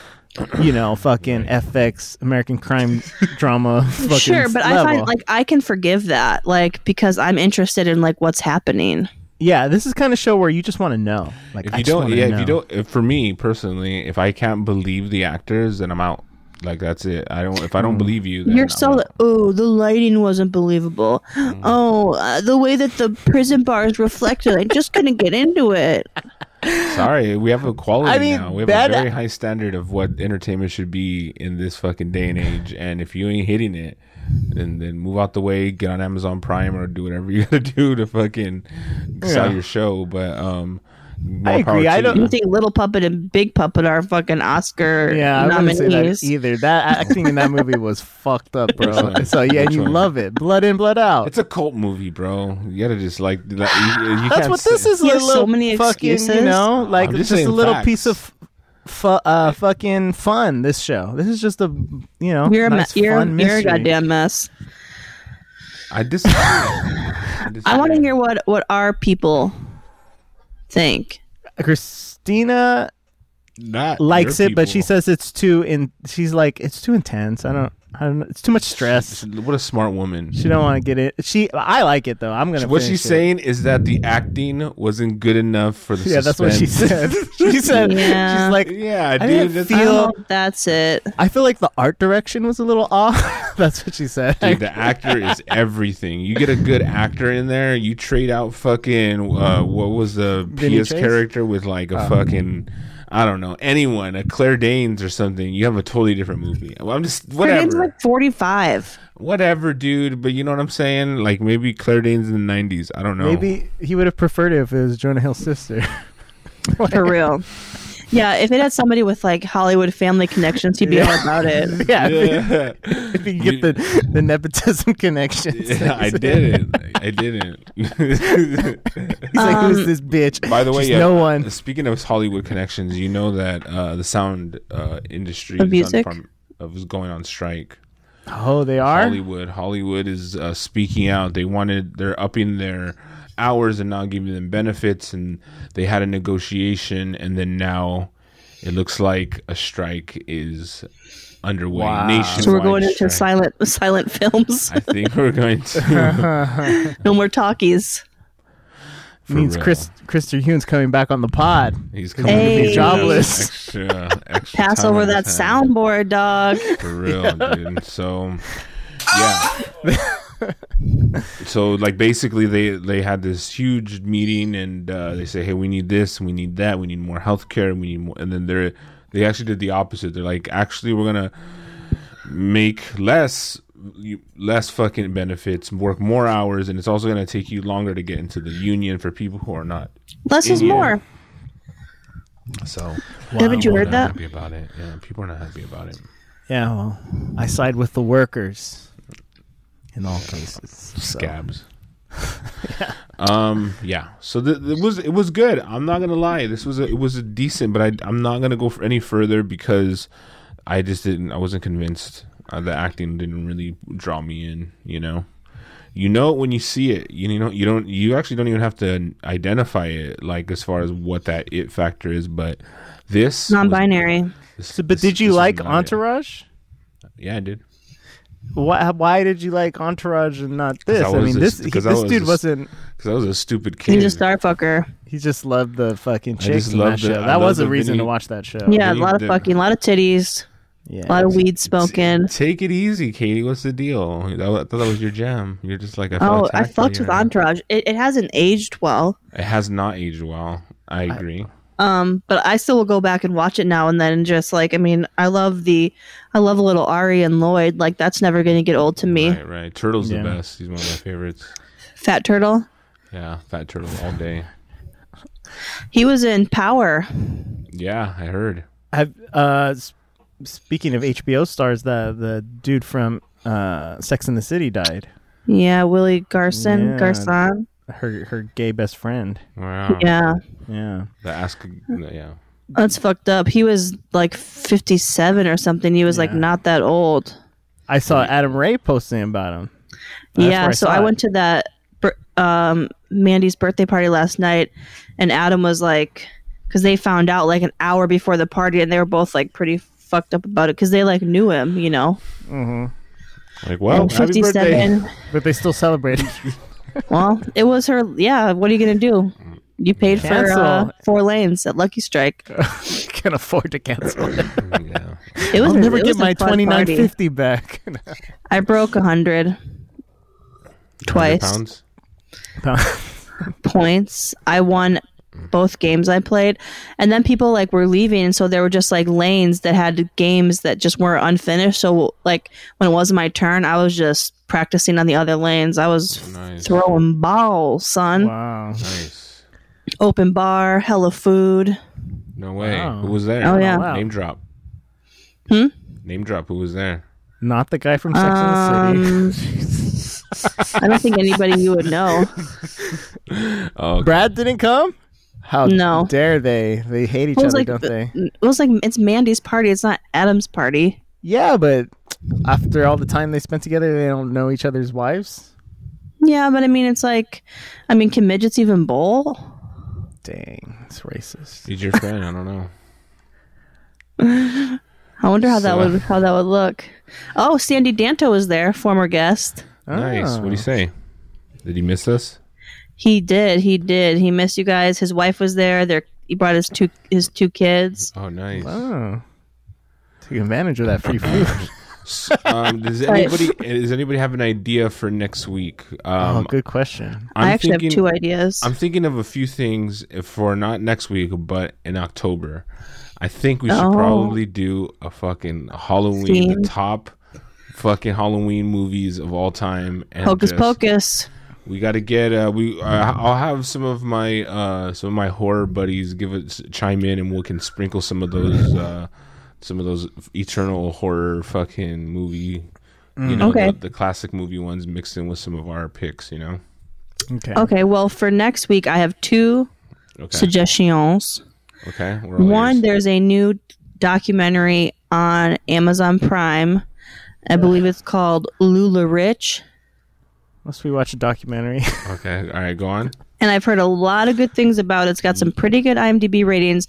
C: You know, fucking FX American crime drama. Fucking
B: sure, but I
C: level.
B: find like I can forgive that, like because I'm interested in like what's happening.
C: yeah, this is kind of show where you just want to know. Like,
A: if
C: I
A: you
C: just
A: don't,
C: wanna
A: yeah,
C: know.
A: if you don't, if for me personally, if I can't believe the actors, then I'm out. Like that's it. I don't. If I
C: Hmm.
A: don't believe you, then
B: You're
A: I'm
B: so
A: out.
B: like, oh, the lighting wasn't believable.
C: Mm.
B: Oh, uh, the way that the prison bar is reflected, I just couldn't get into it.
A: Sorry, we have a quality
C: I mean,
A: now. We have
C: bad-
A: a very high standard of what entertainment should be in this fucking day and age. And if you ain't hitting it, then then move out the way, get on Amazon Prime or do whatever you gotta do to fucking sell
C: Yeah.
A: your show. But um, more
C: I
A: power
C: agree. I
A: to
C: don't-
A: you.
B: You think Little Puppet and Big Puppet are fucking Oscar
C: Yeah, I wouldn't say that
B: nominees?
C: either. That acting in that movie was fucked up,
A: Which
C: bro.
A: one?
C: So yeah, and
A: Which
C: you
A: one?
C: love it, blood in, blood out.
A: It's a cult movie, bro. You gotta just like you, you
C: That's
A: can't
C: what
A: say-
C: this is.
B: He
C: a
B: has so
C: little
B: many
C: fucking,
B: excuses.
C: you know, like
A: just
C: just, a
A: saying
C: little
A: facts.
C: piece of fu- uh, fucking fun. This show. This is just a you know,
B: You're a,
C: nice,
B: me- you're,
C: fun
B: you're a
C: mystery.
B: goddamn mess.
A: I disagree. I,
B: I want to
A: disagree.
B: hear what what our people think.
C: Christina
A: Not
C: likes
A: your
C: it, but she
A: people.
C: says it's too in. She's like, it's too intense. I don't. I don't. know. It's too much stress.
A: "What a smart woman."
C: She don't want to get it. She. I like it though. I'm gonna.
A: What she's
C: finish it.
A: saying is that the acting wasn't good enough for the
C: Yeah, that's what she
A: suspense.
C: said. she said.
B: Yeah.
C: She's like,
A: yeah,
C: I
A: dude.
C: didn't
A: That's
B: I
C: feel-
B: don't know if Oh, that's it.
C: I feel like the art direction was a little off. That's what she said.
A: Dude, the actor is everything. You get a good actor in there, you trade out fucking uh, what was the
C: Vinny
A: PS
C: Chase? Oh.
A: character with like a fucking I don't know anyone, a Claire Danes or something. You have a totally different movie. Well, I'm just
B: Her name's
A: whatever,
B: like 45.
A: whatever, dude. But you know what I'm saying? Like maybe Claire Danes in the '90s. I don't know.
C: Maybe he would have preferred it if it was Jonah Hill's sister.
B: For real. Yeah, if it had somebody with like Hollywood family connections, he'd be all about it.
C: yeah,
A: Yeah.
C: if you get the, the nepotism connections.
A: I didn't. I didn't.
C: He's like,
B: Um,
C: who's this bitch?
A: By the way,
C: She's
A: yeah,
C: no one.
A: Speaking of Hollywood connections, you know that uh, the sound uh, industry
B: The
A: is on
B: music?
A: farm- uh, was going on strike.
C: Oh, they are.
A: Hollywood, Hollywood is uh, speaking out. They wanted they're upping their hours and not giving them benefits, and they had a negotiation, and then now it looks like a strike is underway.
C: Wow.
A: Nationwide
B: So we're going into
A: strike.
B: silent silent films.
A: I think we're going to.
B: No more talkies.
A: for
C: Means
A: real.
C: Chris, Christopher Hune's coming back on the pod.
A: He's coming
B: Hey.
A: to be
C: Jobless.
A: Extra, extra
B: Pass
A: time
B: over
A: on
B: that
A: his hands.
B: soundboard, dog.
A: For real, dude. So, yeah. so, like, basically, they they had this huge meeting, and uh, they say, "Hey, we need this, we need that, we need more healthcare, we need more." And then they're they actually did the opposite. They're like, "Actually, we're gonna make less." You, less fucking benefits, work more hours, and it's also going to take you longer to get into the union for people who are not.
B: Less is
A: Yeah.
B: more.
A: So,
B: Haven't you
A: people are not
B: heard that?
A: Happy about it. Yeah, people are not happy about it.
C: Yeah, well, I side with the workers in all cases. So.
A: scabs. um. Yeah. So th- it was it was good. I'm not gonna lie. This was a, it was a decent, but I I'm not gonna go for any further because I just didn't. I wasn't convinced. Uh, the acting didn't really draw me in. You know. You know it when you see it. You, you know you don't. You actually don't even have to identify it. Like as far as what that it factor is, but this was-
B: Non binary.
A: this-
C: So, but
A: this-
C: did you
A: this was
C: like
A: not it.
C: Entourage?
A: Yeah, I did.
C: why why did you like Entourage and not this?
A: I
C: I,
A: was
C: mean,
A: a-
C: this he,
A: 'cause I
C: this
A: was
C: dude
A: a-
C: wasn't.
A: because I was a stupid kid.
B: He's a star fucker.
C: He just loved the fucking chicks
A: just
C: in that
A: loved the-
C: show.
A: I
C: that
A: loved
C: was a
A: the
C: reason
A: Vinny-
C: to watch that show.
B: Yeah, a
A: he
B: lot of
A: did.
B: fucking, a lot of titties,
C: yeah.
B: a lot of weed smoking.
A: Take it easy, Katie. What's the deal? I thought that was your jam. You're just like I felt
B: Oh, I
A: attacked
B: fucked
A: when
B: with
A: you were-
B: Entourage. It, it hasn't aged well,
A: It has not aged well. I agree.
B: um, but I still will go back and watch it now and then. And just like, I mean, I love the, I love a little Ari and Lloyd. Like that's never gonna get old to me.
A: Right, right. Turtle's
C: Yeah.
A: the best. He's one of my favorites.
B: Fat Turtle.
A: Yeah, Fat Turtle all day.
B: He was in Power.
A: Yeah, I heard.
C: Have uh, s- speaking of HBO stars, the the dude from uh, Sex and the City died.
B: Yeah, Willie Garson.
C: Yeah.
B: Garson.
C: Her her gay best friend.
A: Wow.
B: Yeah,
C: Yeah.
A: The ask. Yeah.
B: that's fucked up. He was like fifty-seven or something. He was like
C: Yeah.
B: not that old.
C: I saw Adam Ray posting about him. That's
B: yeah,
C: where I
B: so
C: saw
B: I
C: it.
B: went to that bir- um, Mandy's birthday party last night, and Adam was like, because they found out like an hour before the party, and they were both like pretty fucked up about it because they like knew him, you know.
A: Like
C: Oh,
A: well,
B: and
A: happy birthday.
B: fifty-seven.
C: But they still celebrate.
B: well, it was her. Yeah, what are you gonna do? You paid for uh,
C: Cancel.
B: four lanes at Lucky Strike.
C: Can't afford to cancel. it.
A: yeah.
B: It was
C: I'll
B: a-
C: never
B: it
C: get
B: was a
C: my
B: fun
C: twenty nine
B: party.
C: fifty back.
B: I broke a hundred twice
A: Pounds.
B: points. I won both games I played, and then people like were leaving, and so there were just like lanes that had games that just were unfinished. So like when it was my turn, I was just practicing on the other lanes. I was
A: Nice.
B: throwing balls, son.
C: wow.
A: Nice.
B: Open bar, hella food.
A: No way.
C: Wow.
A: Who was there?
B: Oh, yeah.
C: wow.
A: Name drop.
B: Hmm?
A: Name drop. Who was there?
C: Not the guy from Sex and the City.
B: Um, I don't think anybody you would know.
A: Oh,
C: Brad didn't come. How
B: No.
C: dare they? They hate
B: It
C: each other,
B: was like
C: don't they?
B: it was like it's Mandy's party. It's not Adam's party.
C: Yeah, but after all the time they spent together, they don't know each other's wives.
B: Yeah, but I mean, it's like, I mean, can midgets even bowl?
C: Dang, it's racist.
A: he's your friend. I don't know.
B: I wonder how that
A: So- uh,
B: would how that would look. Oh, Sandy Danto was there, former guest.
C: Oh.
A: Nice. What do you say? Did he miss us?
B: He did, he did. He missed you guys. His wife was there. Their he brought his two his two kids.
A: Oh, nice.
C: Oh, take advantage of that free food.
A: S- um, does anybody does anybody have an idea for next week?
C: oh,
A: Um,
C: good question.
B: i actually have two ideas.
A: I'm thinking of a few things for not next week, but in October. I think we should
B: Oh.
A: probably do a fucking Halloween,
B: Theme.
A: the top fucking Halloween movies of all time. And
B: Hocus
A: just-
B: pocus.
A: We got to get. Uh, we. Uh, I'll have some of my uh, some of my horror buddies give us chime in, and we can sprinkle some of those uh, some of those eternal horror fucking movie. You know,
B: Okay.
A: the, the classic movie ones mixed in with some of our picks. You know.
C: Okay.
B: Okay, well for next week I have two
A: Okay.
B: suggestions.
A: okay. We're all
B: One,
A: ears.
B: there's a new documentary on Amazon Prime. I believe it's called Lula Rich.
C: Unless we watch a documentary.
A: Okay. All right. Go on.
B: and I've heard a lot of good things about it. It's got some pretty good IMDb ratings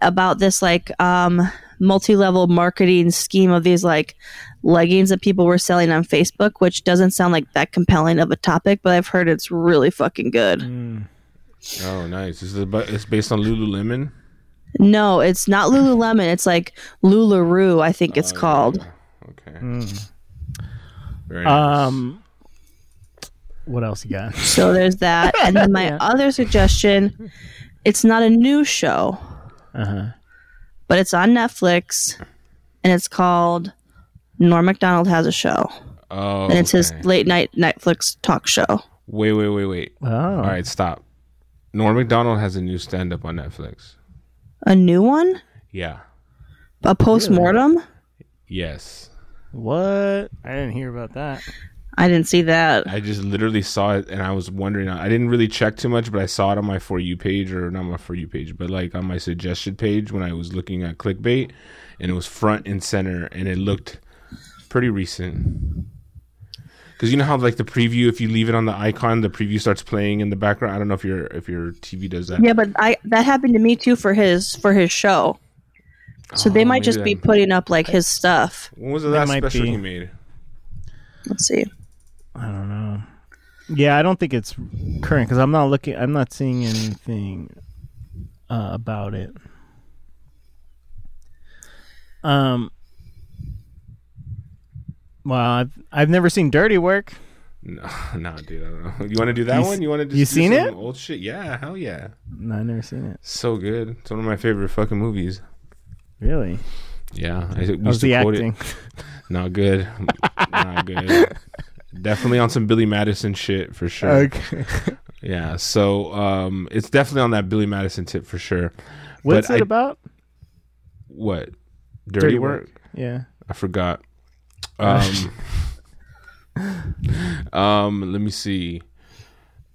B: about this like um, multi-level marketing scheme of these like leggings that people were selling on Facebook, which doesn't sound like that compelling of a topic, but I've heard it's really fucking good.
A: Oh, nice. This is about, it's based on Lululemon.
B: No, it's not Lululemon. It's like Lularoo, I think it's called.
A: Okay. Very
B: Uh,
A: nice.
C: um, what else you got?
B: So there's that. And then my other suggestion, it's not a new show,
C: Uh-huh.
B: but it's on Netflix, and it's called Norm Macdonald has a show.
A: Oh,
B: and it's his
A: okay.
B: late night Netflix talk show.
A: Wait, wait, wait, wait.
C: Oh,
A: All right, stop. Norm Macdonald has a new stand up on Netflix.
B: A new one?
A: Yeah.
B: A post mortem?
A: Yes.
C: what? I didn't hear about that.
B: I didn't see that.
A: I just literally saw it and I was wondering. I didn't really check too much, but I saw it on my For You page or not my For You page, but like on my suggested page when I was looking at clickbait and it was front and center and it looked pretty recent. Because you know how like the preview, if you leave it on the icon, the preview starts playing in the background. I don't know if your if your TV does that.
B: Yeah, but I that happened to me too for his for his show. So
A: Oh,
B: they might just
A: maybe
B: be putting up like his stuff.
A: When was the
C: That
A: last
C: might
A: special
C: be.
A: he made?
B: Let's see.
C: I don't know. Yeah, I don't think it's current because I'm not looking. I'm not seeing anything uh, about it. Um. Well, I've I've never seen Dirty Work.
A: No, no, dude, I don't know. You want to do that
C: You s-
A: one? You want to just
C: you
A: do
C: seen
A: some
C: it?
A: Old shit. Yeah, hell yeah.
C: No, I've never seen it.
A: So good. It's one of my favorite fucking movies.
C: Really?
A: Yeah, I used
C: How's
A: to
C: the
A: quote it.
C: acting?
A: Not good. Not good. Definitely on some Billy Madison shit for sure.
C: Okay.
A: Yeah, so um, it's definitely on that Billy Madison tip for sure.
C: What's
A: But
C: it
A: I-
C: about?
A: What? Dirty, work?
C: Yeah.
A: I forgot. Um, um, let me see.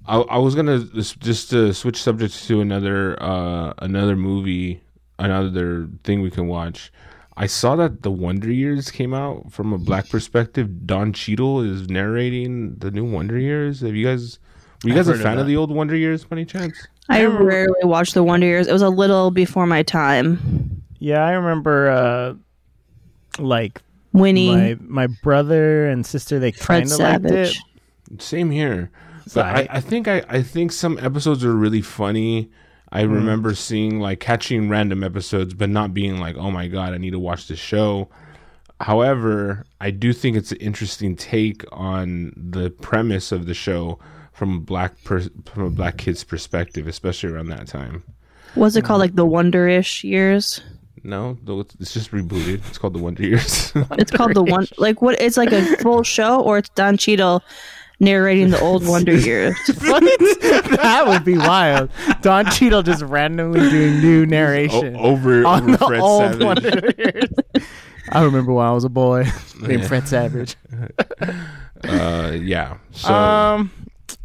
A: I, I was gonna just just to switch subjects to another uh, another movie, another thing we can watch. I saw that The Wonder Years came out from a black perspective. Don Cheadle is narrating the new Wonder Years. Have you guys? Were you
C: I've
A: guys a
C: heard of
A: fan of,
C: that.
A: the old Wonder Years, by any chance?
B: I rarely watched The Wonder Years. It was a little before my time.
C: Yeah, I remember. Uh, like
B: Winnie,
C: my my brother and sister, they
B: Fred
C: kind of liked it.
B: Savage.
A: Same here. But
C: Sorry.
A: I, I think I, I think some episodes are really funny. I
C: Mm.
A: remember seeing like catching random episodes, but not being like, oh my god, I need to watch this show. However, I do think it's an interesting take on the premise of the show from a black per- from a black kid's perspective, especially around that time.
B: Was it called
C: Mm.
B: like The Wonder-ish Years?
A: No, though it's it's just rebooted. It's called The Wonder Years.
B: It's called The One. Like what? It's like a full show, or it's Don Cheadle narrating the old Wonder Years.
C: What? that would be wild. Don Cheadle just randomly doing new narration
A: o- over
C: on
A: over
C: the
A: Fred
C: old
A: Savage.
C: Wonder Years. I remember when I was a boy named Fred Savage.
A: Uh, yeah. So
C: Um,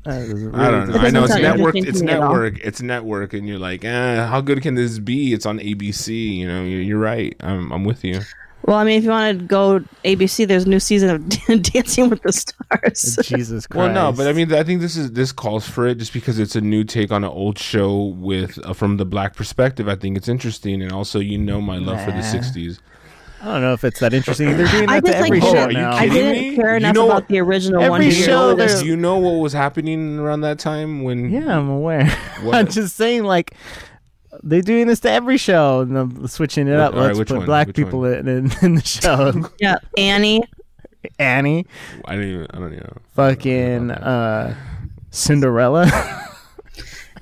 C: that doesn't
A: I don't
C: really-
A: know. I
B: doesn't
A: know it's
B: sound
A: network.
B: interesting
A: It's
B: to me at all.
A: network. It's network, and you're like, eh, how good can this be? It's on ABC. You know, you're, you're right. I'm I'm with you.
B: Well, I mean, if you want to go ABC, there's a new season of Dancing with the Stars.
C: Jesus Christ.
A: Well, no, but I mean, I think this is this calls for it just because it's a new take on an old show with uh, from the black perspective. I think it's interesting, and also you know my love for the
C: Nah.
A: '60s.
C: I don't know if it's that interesting. They're doing that
B: I
C: to
B: just
C: every
B: like
A: Oh,
C: show
A: are you
C: now.
B: I
A: kidding
B: didn't
A: me?
B: care
A: You
B: enough
A: know
B: about
A: what-
B: the original
C: Every
B: Wonder
C: You
A: Do you
B: Years.
C: show
A: know,
C: there's-
A: do you know what was happening around that time when?
C: Yeah, I'm aware. I'm
A: What?
C: just saying, like, they're doing this to every show, and I'm switching it up.
A: all right,
C: Let's
A: which
C: put
A: one?
C: black
A: Which
C: people in, in, in the show.
B: Yeah, Annie.
C: Annie,
A: I don't even. I don't even know.
C: fucking uh, Cinderella.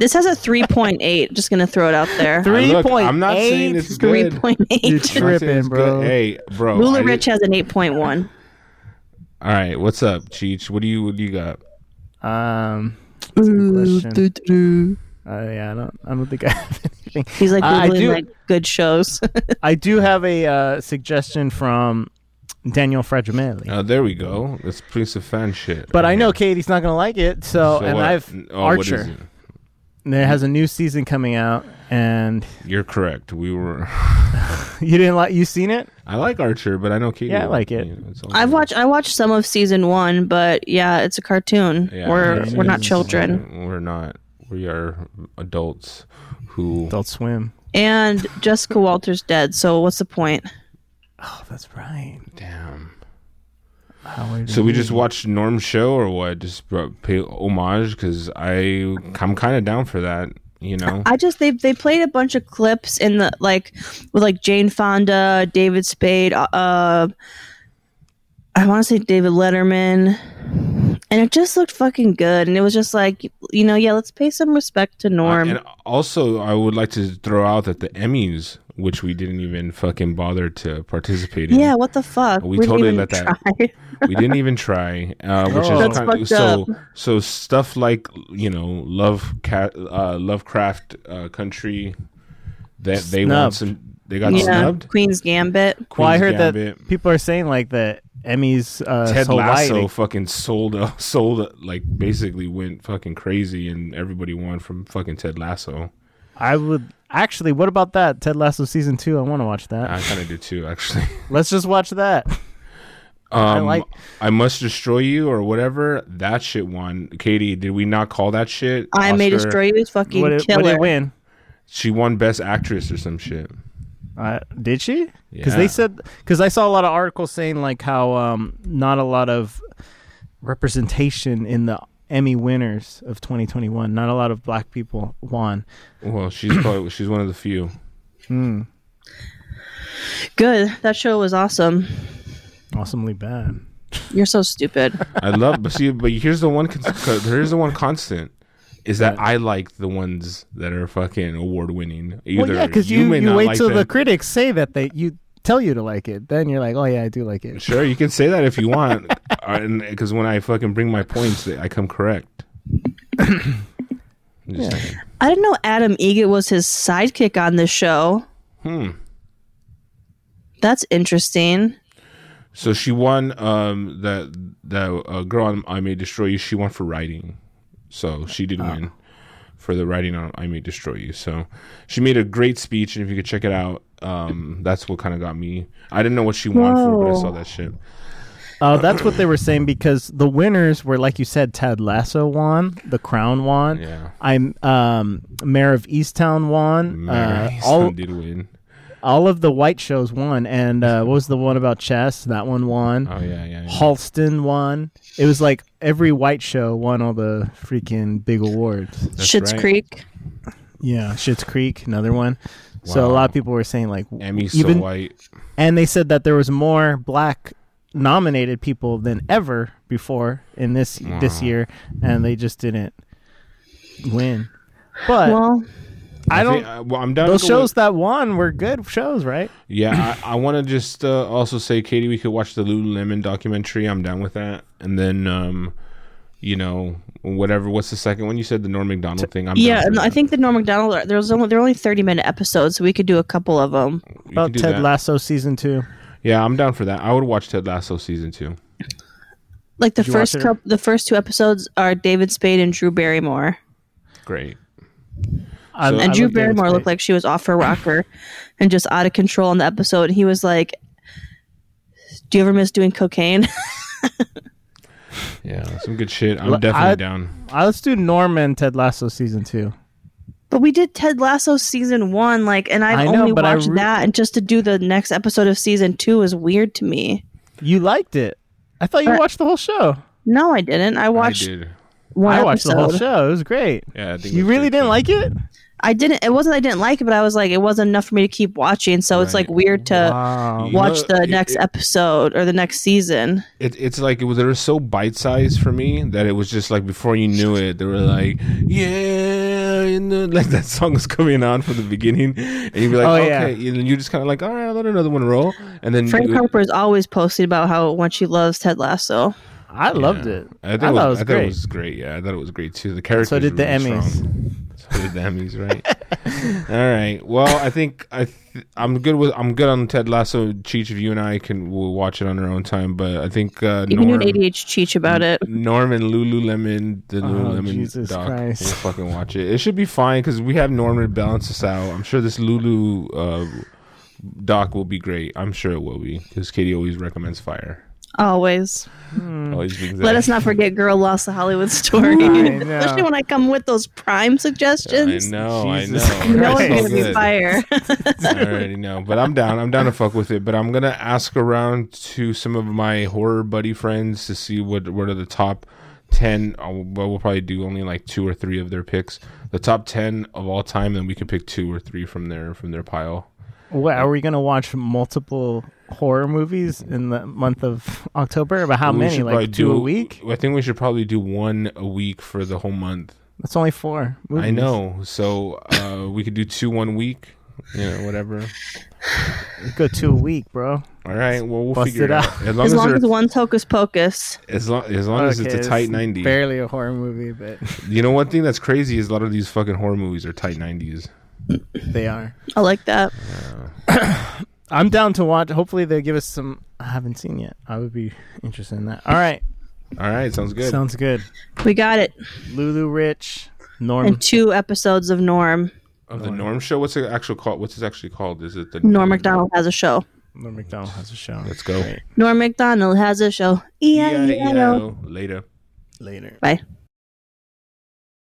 B: This has a 3.8. Just gonna throw it out there.
C: Three-
A: I- look, I'm not
C: 3.8.
A: saying it's good. I'm
B: 3.8.
A: not saying it's
C: Tripping, bro.
A: good. Hey, bro. I
B: Lula
A: didn't-
B: Rich has an 8.1.
A: All right, what's up, Cheech? What do you what do you got?
C: Um, that's a good question. Uh, yeah, I don't. I don't think I have anything.
B: He's like
C: Uh, I
B: googling
C: do-
B: like good shows.
C: I do have a uh, suggestion from Daniel Fragimelli,
A: Oh, there we go. That's piece of fan shit.
C: but I know Katie's not gonna like it. So, and
A: what?
C: I've
A: N- oh, what is
C: Archer.
A: it?
C: And it has a new season coming out, and
A: You're correct. We were.
C: you didn't like. You seen it?
A: I like Archer, but I know Katie.
C: Yeah, I
A: would.
C: like it.
A: You know, it's all
B: I've
A: good.
B: watched I watched some of season one, but yeah, it's a cartoon.
A: Yeah,
B: we're
A: it's-
B: we're not
A: it's-
B: children.
A: We're not. We are adults who.
C: Adult Swim.
B: And Jessica Walter's dead, so what's the point?
C: Oh, that's right.
A: Damn.
C: Howard
A: So we just
C: Hughes.
A: watched Norm's show or what? Just bro- pay homage because I I'm kind of down for that. You know.
B: I just they they played a bunch of clips in the like with like Jane Fonda, David Spade, uh I want to say David Letterman. And it just looked fucking good and it was just like, you know, yeah, let's pay some respect to Norm.
A: And also, I would like to throw out that the Emmys, which we didn't even fucking bother to participate in.
B: yeah, what the fuck?
A: We
B: didn't
A: totally
B: even
A: let that- we didn't even try, uh, which
C: Oh.
A: is
C: That's
A: kind of,
B: fucked
A: so. So stuff like you know, love cat, uh, Lovecraft uh, Country, that they want
C: Snubbed.
A: some. They got
B: yeah,
A: snubbed.
B: Queen's Gambit.
C: Well, I
A: Queen's
C: heard
A: Gambit.
C: that people are saying like that Emmys uh,
A: Ted
C: so white,
A: Lasso
C: like,
A: fucking sold out, sold out, like basically went fucking crazy, and everybody won from fucking Ted Lasso.
C: I would actually. What about that Ted Lasso season two? I want to watch that.
A: I kind of did too, actually.
C: Let's just watch that.
A: Um, I
C: like-
A: must destroy you or whatever. That shit won. Katie, did we not call that shit?
B: I may
A: Oscar-
B: destroy you is fucking
C: What did, what
B: killer.
C: did it win?
A: She won best actress or some shit.
C: Uh, did she? Because they
A: Yeah.
C: said because I saw a lot of articles saying like how um, not a lot of representation in the Emmy winners of 2021. Not a lot of black people won.
A: Well, she's probably she's one of the few.
B: Good. That show was awesome.
C: Awesomely bad.
B: You're so stupid.
A: I love, but see, but here's the one. cons- Here's the one constant is that I like the ones that are fucking award winning.
C: well, yeah, because you you, wait till the critics say that they you tell you to like it, then you're like, oh yeah, I do like it.
A: Sure, you can say that if you want, because when I fucking bring my points, they- I come correct. Just-
B: I didn't know Adam Egget was his sidekick on this show.
A: Hmm.
B: That's interesting.
A: So she won. Um, that that uh, girl on I May Destroy You. She won for writing, so she did win for the writing on I May Destroy You. So she made a great speech, and if you could check it out, um, that's what kind of got me. I didn't know what she won for, but I
B: Whoa.
A: saw that shit.
C: Uh, that's what they were saying because the winners were, like you said, Ted Lasso won, The Crown won.
A: Yeah.
C: I'm um, Mayor of Easttown won.
A: Mary
C: uh, all
A: did win.
C: all of the white shows won, and uh, what was the one about chess? That one won.
A: Oh yeah, yeah. yeah.
C: Halston won. It was like every white show won all the freaking big awards.
A: That's
B: Schitt's
A: right.
B: Creek.
C: Yeah, Schitt's Creek, another one. So a lot of people were saying like
A: Emmy's
C: even
A: so white.
C: and they said that there was more black nominated people than ever before in this this year and they just didn't win but
B: Well,
C: i don't
A: think- uh, well, I'm down. to
C: those
A: go
C: shows
A: with-
C: that won were good shows right
A: yeah, I, I want to just uh, also say, Katie, we could watch the Lululemon documentary. I'm down with that. And then, um, you know, whatever. What's the second one? You said the Norm Macdonald thing. I'm
B: yeah,
A: down
B: and
A: for
B: I think the Norm Macdonald. There was only they're only thirty minute episodes, so we could do a couple of them.
A: that. You
C: about
A: could do
C: ted
A: that.
C: lasso season two
A: Yeah, I'm down for that. I would watch Ted Lasso season two.
B: Like the
C: you watch
B: first
C: it?
B: couple, the first two episodes are David Spade and Drew Barrymore.
A: Great.
C: I-
A: So-
C: I
B: and Drew
C: love David
B: Barrymore looked
C: Spade.
B: like she was off her rocker and just out of control in the episode. And he was like, "Do you ever miss doing cocaine?"
A: Yeah, some good shit. I'm
C: Well,
A: definitely
C: I-
A: down.
C: Uh, let's do norman ted lasso season two
B: but we did Ted Lasso season one, like, and I've
C: I know,
B: only
C: but I
B: watched
C: re-
B: that. And just to do the next episode of season two is weird to me.
C: you liked it i thought you
B: Uh,
C: watched the whole show
B: No, I didn't. I
A: I
B: watched
A: did.
B: one
C: i watched
B: episode.
C: the whole show it was great
A: Yeah, I think it
C: you
A: was
C: really
A: good,
C: didn't
A: too.
C: like it
B: I didn't. It wasn't. I didn't like it, but I was like, it wasn't enough for me to keep watching. So it's
A: Right.
B: like weird to.
C: wow
A: You
B: Watch
A: know,
B: the
A: it-
B: next
A: it-
B: episode or the next season.
A: it, it's like it was they were so bite sized for me that it was just like before you knew it they were like yeah you know, like that song was coming on from the beginning and you'd be like
C: Oh, yeah.
A: okay and then you're just kind of like all right I'll let another one roll and then
B: Frank
A: you-
B: Harper is always posting about how much he loves Ted Lasso.
C: i loved it
A: I, think
C: thought
A: it
C: it
A: was,
C: was
A: I thought
C: great
A: it was great yeah I thought it was great too the characters
C: so did
A: were
C: the
A: really
C: emmys
A: strong. So did the Emmys, right? All right. Well, I think I th- I'm good with I'm good on Ted Lasso. Cheech, if you and I can we'll watch it on our own time, but I think uh,
B: You can do an
A: Norm-
B: ADH cheech about it.
A: Norman Lululemon, the Lululemon
C: Oh, Jesus
A: doc.
C: Christ.
A: We'll fucking watch it. It should be fine because we have Norman balance us out. I'm sure this Lulu uh, doc will be great. I'm sure it will be because Katie always recommends fire.
B: Always.
A: Always brings
B: Mm. Let
A: that.
B: us not forget Girl Lost the Hollywood Story.
C: know.
B: Especially when I come with those prime
A: I
B: suggestions.
A: know,
C: Jesus
A: I know.
B: You know
C: Christ.
A: So
B: it's going to be
A: good.
B: fire.
A: I already know, but I'm down. I'm down to fuck with it. But I'm gonna ask around to some of my horror buddy friends to see what what are the top ten. I'll, well, we'll probably do only like two or three of their picks. The top ten of all time, and we could pick two or three from their from their pile.
C: What are we gonna watch multiple horror movies in the month of October? About how
A: We
C: many?
A: should probably
C: Like two
A: do-
C: a week?
A: I think we should probably do one a week for the whole month.
C: That's only four. Movies.
A: I know. So uh, we could do two one week. You know, whatever.
C: Let's Go two a week, bro.
A: All right. Well, we'll
C: Bust
A: figure
C: it
A: it out.
C: out.
A: As long
B: As
A: as,
B: long
A: they're-
B: as one's hocus pocus.
A: as long, as, long as it's a tight ninety.
C: Barely a horror movie, but
A: You know, one thing that's crazy is a lot of these fucking horror movies are tight 90s.
C: they are.
B: I like that.
C: I'm down to watch. Hopefully they give us some. I haven't seen yet. I would be interested in that. All right,
A: All right, sounds good.
C: sounds good.
B: We got it.
C: Lulu Rich, Norm.
A: Um,
B: And two episodes of Norm.
A: of the Norm Show, what's it actual called? What's it actually called? Is it the
B: Norm MacDonald has a show.
C: Norm McDonald has a show
A: Let's go. E
B: E Norm MacDonald has a show. E-I-E-I-O.
A: E-I-E-I-O. Later.
C: later.
B: Bye.